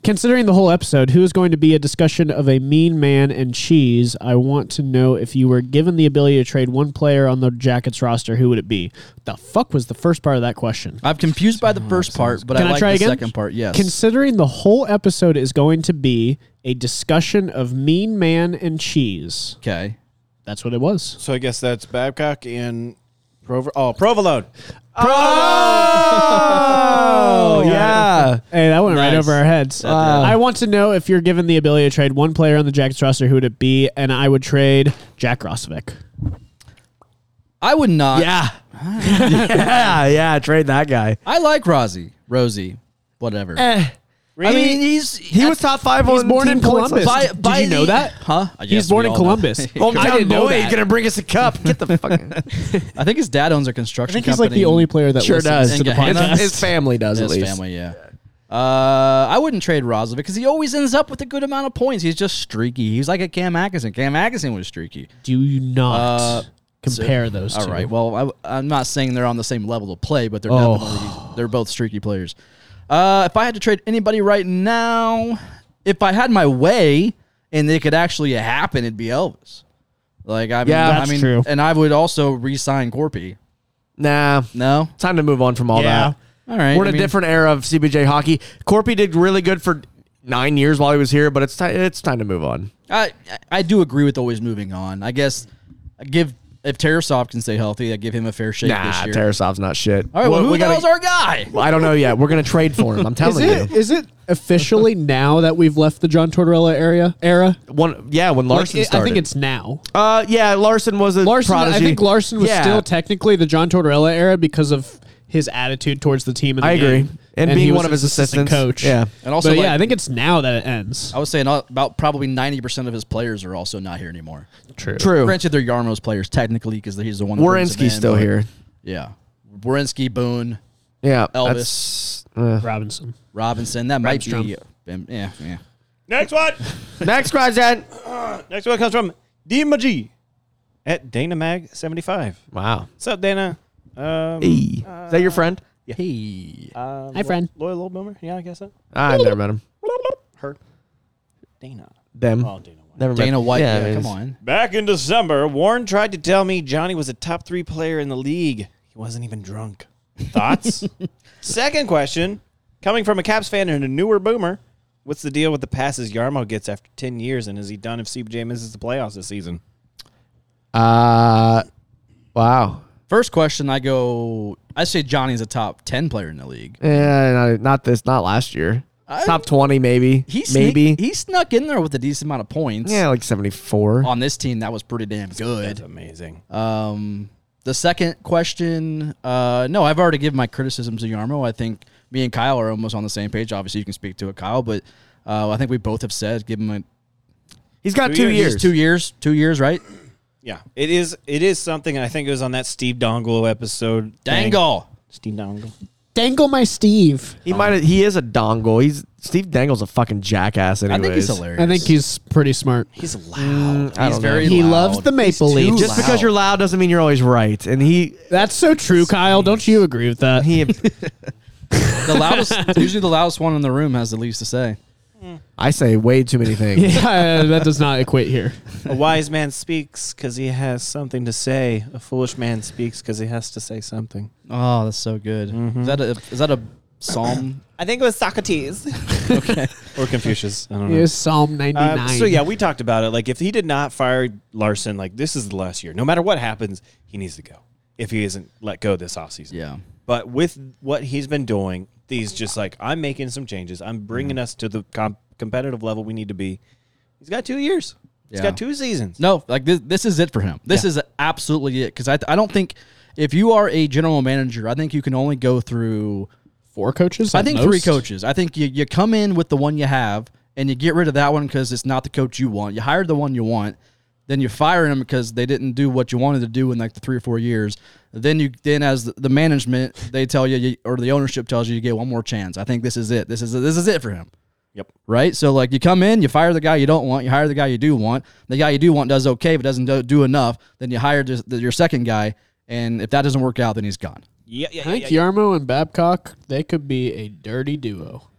Considering the whole episode, who is going to be a discussion of a mean man and cheese? I want to know if you were given the ability to trade one player on the Jackets roster, who would it be? The fuck was the first part of that question?
I'm confused by the first part, but
Can
I
I
like
try
the
again?
second part. Yes.
Considering the whole episode is going to be a discussion of mean man and cheese,
okay.
that's what it was.
So I guess that's Babcock and Provo. Oh, Provolone.
Oh!
Oh, yeah.
Hey, that went right
Nice.
over our heads.
Wow.
I want to know if you're given the ability to trade one player on the Jackets roster, who would it be? And I would trade Jack Rosvick.
I would not.
Yeah. yeah, yeah, trade that guy.
I like Rosie, Rosie, whatever.
Eh.
I mean, he's he was top five
he's
on
born
team
in
points list.
Columbus. By- Did by you know the- that?
Huh?
He's born in Columbus.
Hometown
I didn't know
boy,
that.
he's gonna bring us a cup. Get the fucking.
I think his dad owns a construction company.
player that
sure does.
to the podcast.
His, his family does at
his
least.
family, yeah. Uh, I wouldn't trade Rozovic because he always ends up with a good amount of points. He's just streaky. He's like a Cam Atkinson. Cam Atkinson was streaky.
Do you not
Uh,
compare those two.
All right. Well, I, am not saying they're on the same level of play, but they're
Oh.
definitely they're both streaky players. Uh, if I had to trade anybody right now, if I had my way and it could actually happen, it'd be Elvis. Like I mean,
Yeah,
I
that's
mean,
true.
and I would also re-sign Corpy.
Nah,
No,
time to move on from all
Yeah.
that.
all right.
We're
I
in a
mean,
different era of CBJ hockey. Corpy did really good for nine years while he was here, but it's time. It's time to move on.
I I do agree with always moving on. I guess I give if Tarasov can stay healthy, I give him a fair shake
Nah,
this year.
Tarasov's not shit.
All right, well,
We-
who
we
the
gotta-
hell's our guy?
I don't know yet. We're gonna trade for him. I'm
Is
telling
it,
you.
is it officially now that we've left the John Tortorella area era?
One, yeah, when Larson
Like, it- I
started.
think it's now.
Uh, yeah, Larson was a
Larson,
prodigy.
I think Larson was
Yeah.
still technically the John Tortorella era because of his attitude towards the team. And the
I agree.
game.
And being
he
one
was
of his
assistant
assistants.
coach.
Yeah.
And also,
But
like-
yeah, I think it's now that it ends.
I was saying uh, about probably ninety percent of his players are also not here anymore.
True.
Granted, they're Yarmo's players technically because he's the one. that brings them
Warinsky's
in,
still
but-
here.
Yeah, Warinsky, Boone,
Yeah,
Elvis.
that's- uh.
Robinson.
Robinson. That might be.
Randstrom.
um, Yeah, yeah.
Next one.
Next question.
Next one comes from Dima G at Dana Mag seventy five.
Wow.
What's up, Dana? Um,
Is that your friend?
Hey,
uh,
Hi, friend.
Loyal old boomer. Yeah, I guess so.
I've Ah, never met him.
Her. Dana.
Them.
Oh, Dana. White.
never met
Dana White. Yeah,
I mean,
come
it's-
on.
Back in December, Warren tried to tell me Johnny was a top three player in the league. He wasn't even drunk. Thoughts? Second question, coming from a Caps fan and a newer boomer, what's the deal with the passes Yarmo gets after 10 years, and is he done if CBJ misses the playoffs this season?
Uh, wow.
First question, I go. I say Johnny's a top ten player in the league.
Yeah, not, not this. Not last year.
I-
Top twenty, maybe.
He sneak-
maybe.
he snuck in there with a decent amount of points.
yeah, like seventy-four.
on this team that was pretty damn good.
Amazing.
Um, the second question, uh, no, I've already given my criticisms to Yarmo. I think me and Kyle are almost on the same page. Obviously, you can speak to it, Kyle, but uh, I think we both have said give him a,
He's got
Two
two,
years.
years.
two years, two years, right?
Yeah, it is. It is something, and I think it was on that Steve Dongle episode. thing.
Dangle.
Steve Dongle.
Dangle my Steve.
He might. He is a dongle. He's Steve Dangle's a fucking jackass. Anyways.
I think he's hilarious.
I think he's pretty smart.
He's loud.
I don't
he's
know.
very.
He
loud.
loves the Maple Leafs.
Just because you're loud doesn't mean you're always right. And he
That's so true, Kyle. Don't you agree with that?
he.
the loudest. usually, the loudest one in the room has the least to say.
I say way too many things.
yeah, that does not equate here.
A wise man speaks because he has something to say. A foolish man speaks because he has to say something.
Oh, that's so good. Is that a is that a psalm?
I think it was Socrates. okay. Or Confucius. I don't know.
Here's Psalm 99.
Um, so yeah, we talked about it. Like if he did not fire Larson, like this is the last year. No matter what happens, he needs to go. If he isn't let go this offseason.
Yeah.
But with what he's been doing, he's just like I'm making some changes. I'm bringing
Mm.
us to the comp- competitive level we need to be. He's got 2 years. He's
Yeah.
got 2 seasons.
No, like this, this is it for him. This is absolutely it because I, I don't think if you are a general manager, I think you can only go through.
four coaches.
I think three coaches. I think you, you come in with the one you have and you get rid of that one because it's not the coach you want. You hired the one you want, then you fire him because they didn't do what you wanted to do in like the three or four years. Then you then as the- the management they tell you, you or the ownership tells you you get one more chance. I think this is it. This is this is it for him
Yep.
right? So like you come in, you fire the guy you don't want, you hire the guy you do want. The guy you do want does okay, but doesn't do, do enough. Then you hire just the, your second guy, and if that doesn't work out, then he's gone.
Yeah, yeah,
I think Yarmo and Babcock they could be a dirty duo.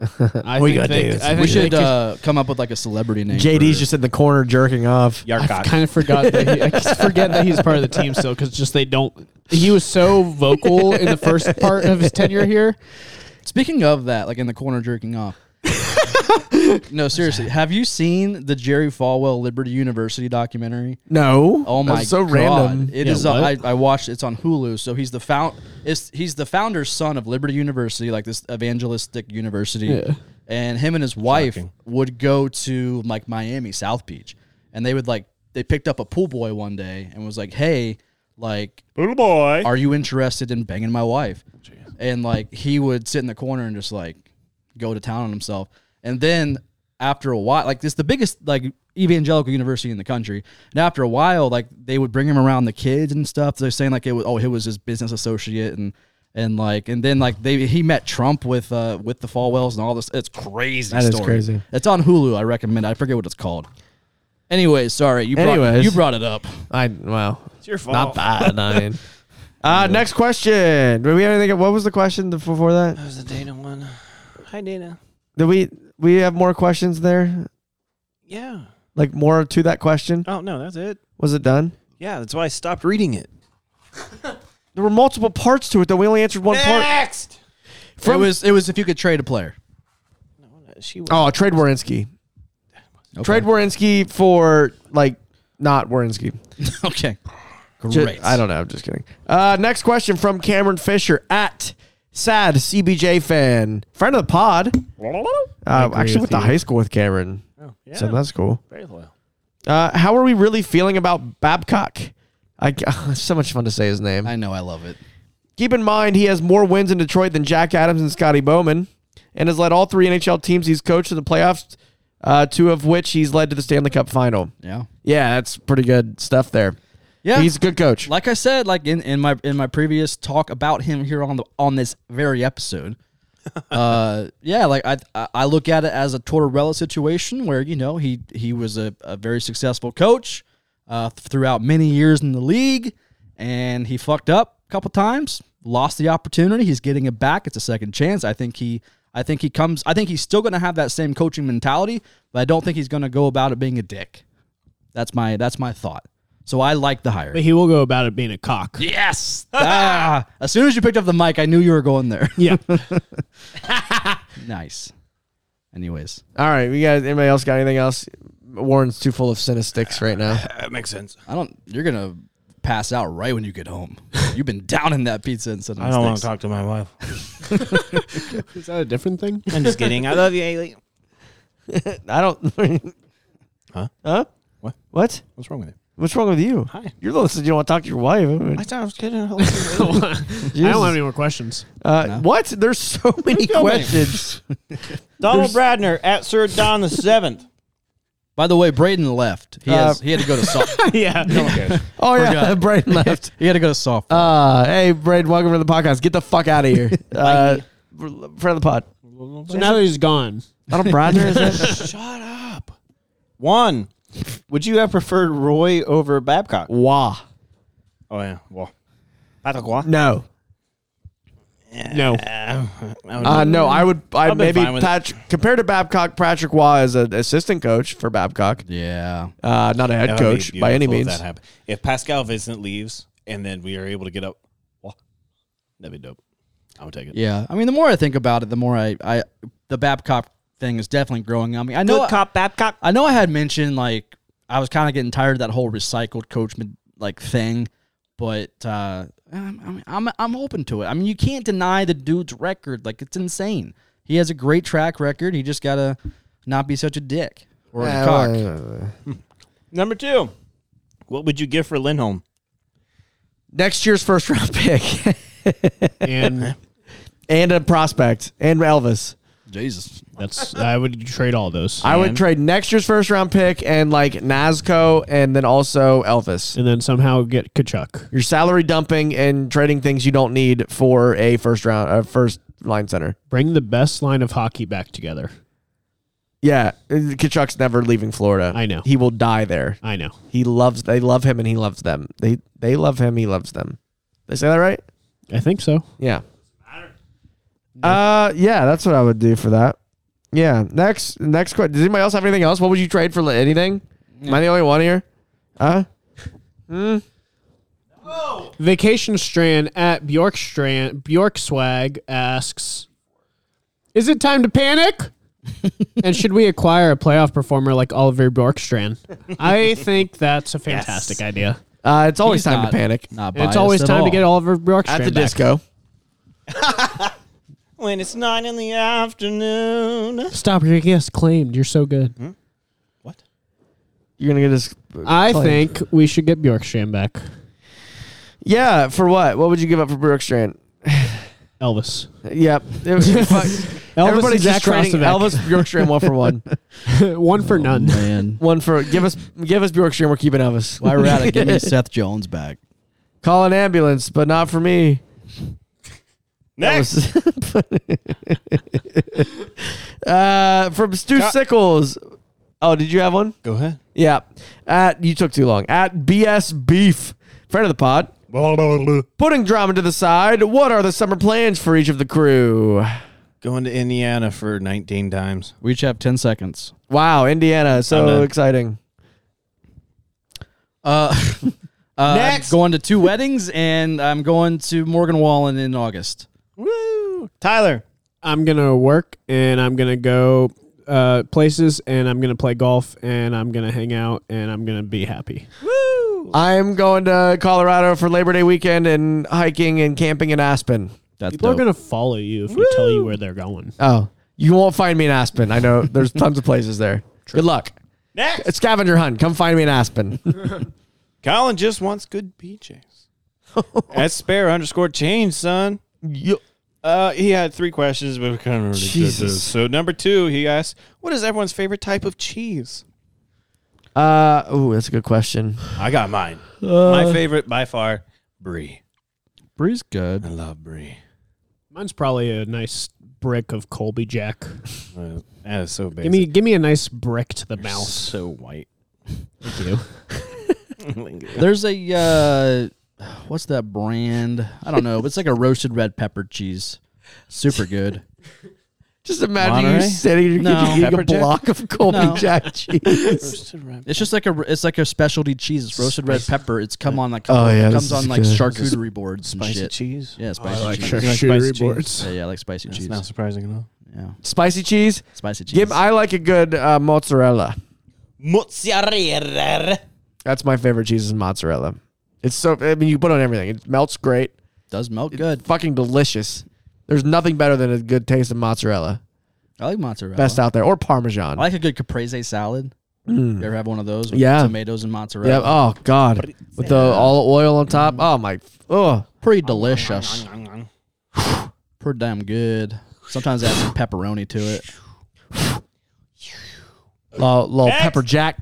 I
We
think
gotta
they-
do this.
I think
We should
they could-
uh, come up with like a celebrity name.
JD's
for-
just in the corner jerking off.
Yarkot.
I kind of forgot that he, I just forget that he's part of the team still because just they don't. He was so vocal in the first part of his tenure here.
speaking of that, like in the corner jerking off. No, seriously. Have you seen the Jerry Falwell Liberty University documentary?
No.
Oh my
That's so
god!
random.
It
Yeah,
is. uh, I
what?
I watched. It's on Hulu. So he's the found. It's, he's the founder's son of Liberty University, like this evangelistic university. And him and his wife would go to like Miami South Beach, and they would like they picked up a pool boy one day and was like, "Hey, like,
Little boy.
are you interested in banging my wife?" And like he would sit in the corner and just like go to town on himself. And then after a while, like this, the biggest like evangelical university in the country. And after a while, like they would bring him around the kids and stuff. They're saying like it was oh he was his business associate and and like and then like they he met Trump with uh with the Falwells and all this. It's crazy.
That is
story.
crazy.
It's on Hulu. I recommend. it. I forget what it's called. Anyways, sorry you brought,
Anyways.
you brought it up.
I well,
It's your fault.
Oh.
not bad. I mean. Uh, next question. Did we have anything? What was the question before that?
That was the Dana one. Hi, Dana.
Did we we have more questions there?
Yeah.
Like more to that question?
Oh no, that's it.
Was it done?
Yeah, that's why I stopped reading it.
There were multiple parts to it, though. We only answered one part.
Next.
it
From-
was it was if you could trade a player.
She was.
Oh, trade Warinsky.
Okay.
Trade Warinsky for like not Warinsky.
okay. Great.
Ju- I don't know. I'm just kidding. Uh, next question from Cameron Fisher at sad CBJ fan, friend of the pod. Uh,
agree
actually went
with
to
you.
high school with Cameron,
Oh, yeah.
so that's cool.
very loyal.
Uh, how are we really feeling about Babcock? I, it's so much fun to say his name.
I know. I love it.
Keep in mind, he has more wins in Detroit than Jack Adams and Scotty Bowman, and has led all three NHL teams he's coached in the playoffs, uh, two of which he's led to the Stanley Cup final.
Yeah.
Yeah, that's pretty good stuff there.
Yeah.
He's a good coach.
like I said, like in, in my in my previous talk about him here on the on this very episode. uh, yeah, like I I- I look at it as a Tortorella situation where you know he he was a, a very successful coach uh, throughout many years in the league, and he fucked up a couple times, lost the opportunity. He's getting it back. It's a second chance. I think he. I think he comes. I think he's still going to have that same coaching mentality, but I don't think he's going to go about it being a dick. That's my that's my thought. So I like the hire.
But he will go about it being a cock.
Yes. ah, as soon as you picked up the mic, I knew you were going there.
Yeah.
nice. Anyways,
All right, you guys. Anybody else got anything else? Warren's too full of cynistics right now.
That makes sense.
I don't. You're gonna pass out right when you get home. You've been downing that pizza and sitting.
I don't want to talk to my wife.
Is that a different thing?
I'm just kidding. I love you, Haley.
I don't.
Huh?
Huh?
What?
What?
What's wrong with you?
What's wrong with you?
Hi.
You're the one that said you don't want to talk to your wife. Uh,
I thought I was kidding.
I don't have any more questions.
Uh, What? There's so many questions.
Donald Bradner at Sir Don the Seventh.
By the way, Braden left. He has. He had to go to soft.
yeah.
oh yeah, Braden left.
he had to go to soft.
Uh, hey, Braden, welcome to the podcast. Get the fuck out of here. uh, friend of the pod.
So now that he's gone,
Donald Bradner is it?
Shut up. One. Would you have preferred Roy over Babcock?
Wah.
Oh yeah. Well. Patrick Roy.
No.
no.
Uh, no, I would. I
I've been
maybe
fine with it.
Patrick compared to Babcock. Patrick Wah is an assistant coach for Babcock,
yeah.
uh, not a head
That would be
coach by any
beautiful if
means.
that happened. If Pascal Vincent leaves and then we are able to get up, well, that'd be dope. I would take it.
Yeah. I mean, the more I think about it, the more I, I the Babcock thing is definitely growing on me. I know.
cop Babcock.
I know I had mentioned like I was kind of getting tired of that whole recycled coach like thing, but uh, I'm, I'm- I'm I'm open to it. I mean, you can't deny the dude's record; like it's insane. He has a great track record. He just gotta not be such a dick or a cock.
Number two. What would you give for Lindholm?
Next year's first round pick
And
and a prospect and Elvis.
Jesus,
that's I would trade all those.
I would trade next year's first round pick and like Nazco and then also Elvis.
and then somehow get Kachuk.
You're salary dumping and trading things you don't need for a first round, uh, first line center.
Bring the best line of hockey back together.
Yeah, Kachuk's never leaving Florida.
I know.
he will die there.
I know.
He loves. They love him, and he loves them. They they love him. He loves them. They say that right?
I think so.
Yeah. Uh, yeah, that's what I would do for that. Yeah. Next, next question. Does anybody else have anything else? What would you trade for li- anything? Am I the only one here? Huh?
Vacation Strand at Bjork Strand Bjork Swag asks, "Is it time to panic? and should we acquire a playoff performer like Oliver Bjorkstrand? I think that's a fantastic idea.
Uh, it's always
He's
time
not-
to panic
Not
It's always time to get Oliver Bjorkstrand
at the
back.
disco.
When it's nine in the afternoon.
Stop your guess claimed. You're so good.
Hmm?
What?
You're gonna get this.
I
Claimed.
think we should get Bjorkstrand back.
Yeah, for what? What would you give up for Bjorkstrand?
Elvis.
Yep.
Elvis
Everybody's
and Zach
just trading
Rostovic.
Elvis Bjorkstrand one for one.
One for none.
Man,
One for give us give us Bjorkstrand. We're keeping Elvis.
while we're at it, give me Seth Jones back.
Call an ambulance, but not for me.
Next.
uh, from Stu
Ca-
Sickles. Oh, did you have one?
Go ahead.
Yeah. At you took too long. At BS Beef, friend of the pod. Putting drama to the side, what are the summer plans for each of the crew?
Going to Indiana for 19 times.
We each have ten seconds.
Wow, Indiana,
I'm
so
done.
exciting.
Uh, uh,
Next.
going to two weddings, and I'm going to Morgan Wallen in August.
Woo. Tyler.
I'm gonna work and I'm gonna go uh, places and I'm gonna play golf and I'm gonna hang out and I'm gonna be happy.
I'm going to Colorado for Labor Day weekend and hiking and camping in Aspen.
That's
People are
dope.
gonna follow you if you tell you where they're going.
Oh, you won't find me in Aspen. I know there's tons of places there. Good luck.
Next.
It's scavenger hunt. Come find me in Aspen.
Colin just wants good PJs. That's spare underscore change, son.
You-
Uh, he had three questions, but we kind of already did this.
Jesus.
So number two, he asked, "What is everyone's favorite type of cheese?"
uh, oh, that's a good question.
I got mine.
Uh,
My favorite by far, brie.
Bree's good.
I love brie.
Mine's probably a nice brick of Colby Jack.
Uh, that is so basic.
Give me, give me a nice brick to the mouth.
so white.
Thank you.
There's a uh, what's that brand? I don't know, but it's like a roasted red pepper cheese. Super good.
Just imagine
Monterey?
you sitting and
No.
eating
Pepper
a
jack?
block of Colby
No.
Jack cheese.
It's just like a it's like a specialty cheese. It's roasted red pepper. It's come on like
Oh, yeah,
it
this
comes on
is
like
good.
charcuterie boards and
spicy
shit.
cheese.
Oh,
Yeah, spicy cheese.
sure. charcuterie boards.
Yeah, yeah, I like spicy
That's
cheese.
not surprising at all.
Yeah,
Spicy cheese.
spicy cheese.
Give, I like a good uh, mozzarella.
Mozzarella.
That's my favorite cheese is mozzarella. It's so. I mean, you put it on everything. It melts great.
Does melt
It's
good.
Fucking delicious. There's nothing better than a good taste of mozzarella.
I like mozzarella.
Best out there or parmesan.
I like a good caprese salad. You ever have one of those? With
Mm. Yeah.
tomatoes and
Yeah.
mozzarella.
Oh God. With the all oil on top. Oh my. Oh.
Pretty delicious. Pretty damn good. Sometimes add some pepperoni to it.
Little, little pepper jack.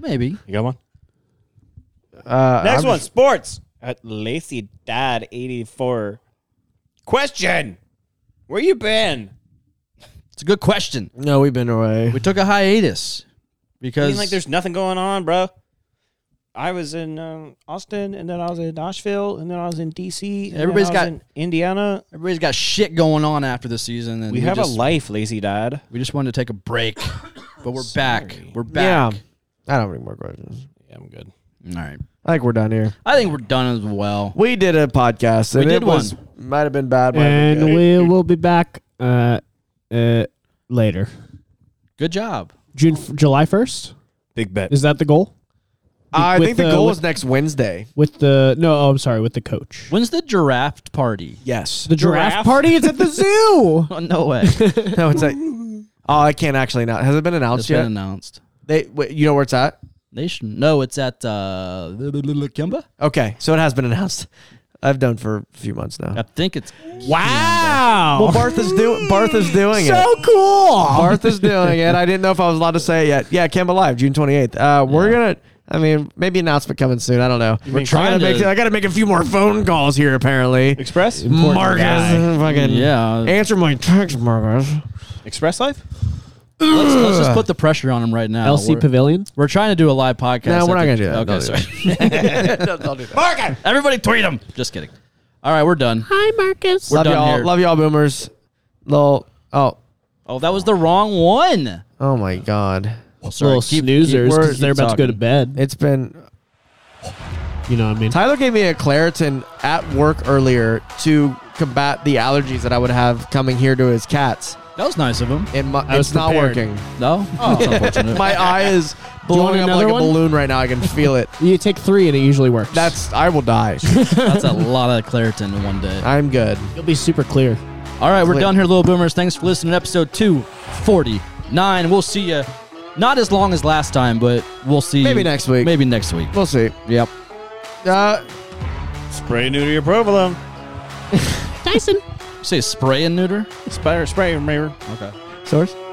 Maybe.
You got one?
Uh,
Next
I'm
one, sports. At Lacey Dad 84. Question. Where you been?
It's a good question.
just- No, we've been away.
We took a hiatus
I
because
mean, like, there's nothing going on, bro. I was in um, Austin, and then I was in Nashville, and then I was in D.C. and then
Everybody's
I was
got-
in Indiana.
everybody's got shit going on after the season, and
We, have
just,
a life, Lazy Dad.
We just wanted to take a break, but we're back. We're
Yeah.
back.
I don't have any more questions.
Yeah, I'm good.
All right.
I think we're done here.
I think we're done as well.
We did a podcast. And
We
it
did
was, Might have been bad. might have been
and
good.
we will be back uh, uh, later.
Good job.
June, f- July first.
Big bet.
Is that the goal?
I
with
think the,
the-
goal
with-
was next Wednesday.
With the no, oh, I'm sorry, with the coach.
When's the giraffe party?
Yes.
The giraffe,
Giraffe?
party is at the zoo.
Oh, no way. It's
no, it's like. Oh, I can't actually not. Has it been announced
been
yet?
announced.
they, wait, you know where it's at?
Nation. No, it's at uh, Kimba.
Okay, so it has been announced. I've done for a few months now.
I think it's
Well, Barth is doing. Barth is doing it. So cool. Barth is doing it. I didn't know if I was allowed to say it yet. Yeah, Kemba Live, June twenty eighth. Uh, we're gonna. I mean, maybe announcement coming soon. I don't know. We're trying to
kinda-
make. I got to make a few more phone calls here. Apparently,
Express?
Marcus, fucking
yeah.
Answer my text, Marcus.
Express Life?
let's, let's just put the pressure on him right now.
LC
We're-
Pavilion.
We're trying to do a live podcast.
No, we're not
I
gonna
think-
do that.
Okay,
Don't do
sorry.
Don't do that.
Everybody tweet him. Just kidding. All right, we're done.
Hi, Marcus.
We're
Love
done
y'all.
here.
Love y'all, boomers. Lol. Oh.
Oh, that was the wrong one.
Oh my God.
Sorry,
Little
keep-
keep-
snoozers because they're
keep
about to go to
talking.
bed.
It's been
You know what I mean?
Tyler gave me a Claritin at work earlier to combat the allergies that I would have coming here to his cats.
That was nice of him.
And my,
I was
it's not
prepared.
working.
No, Oh, that's unfortunate.
My eye is
you want
blowing up like
another
a
one?
balloon right now. I can feel it.
You take three and it usually works.
That's I will die.
That's a lot of Claritin in one day.
I'm good.
you'll be super clear.
All right, we're
Click.
done here, Little Boomers. Thanks for listening to episode 249. We'll see you not as long as last time, but we'll see.
Maybe
you-
next week.
Maybe next week.
We'll see.
Yep.
Uh,
Spray new to your provolone.
Say spray and neuter.
Spray, spray, mirror.
Okay.
source.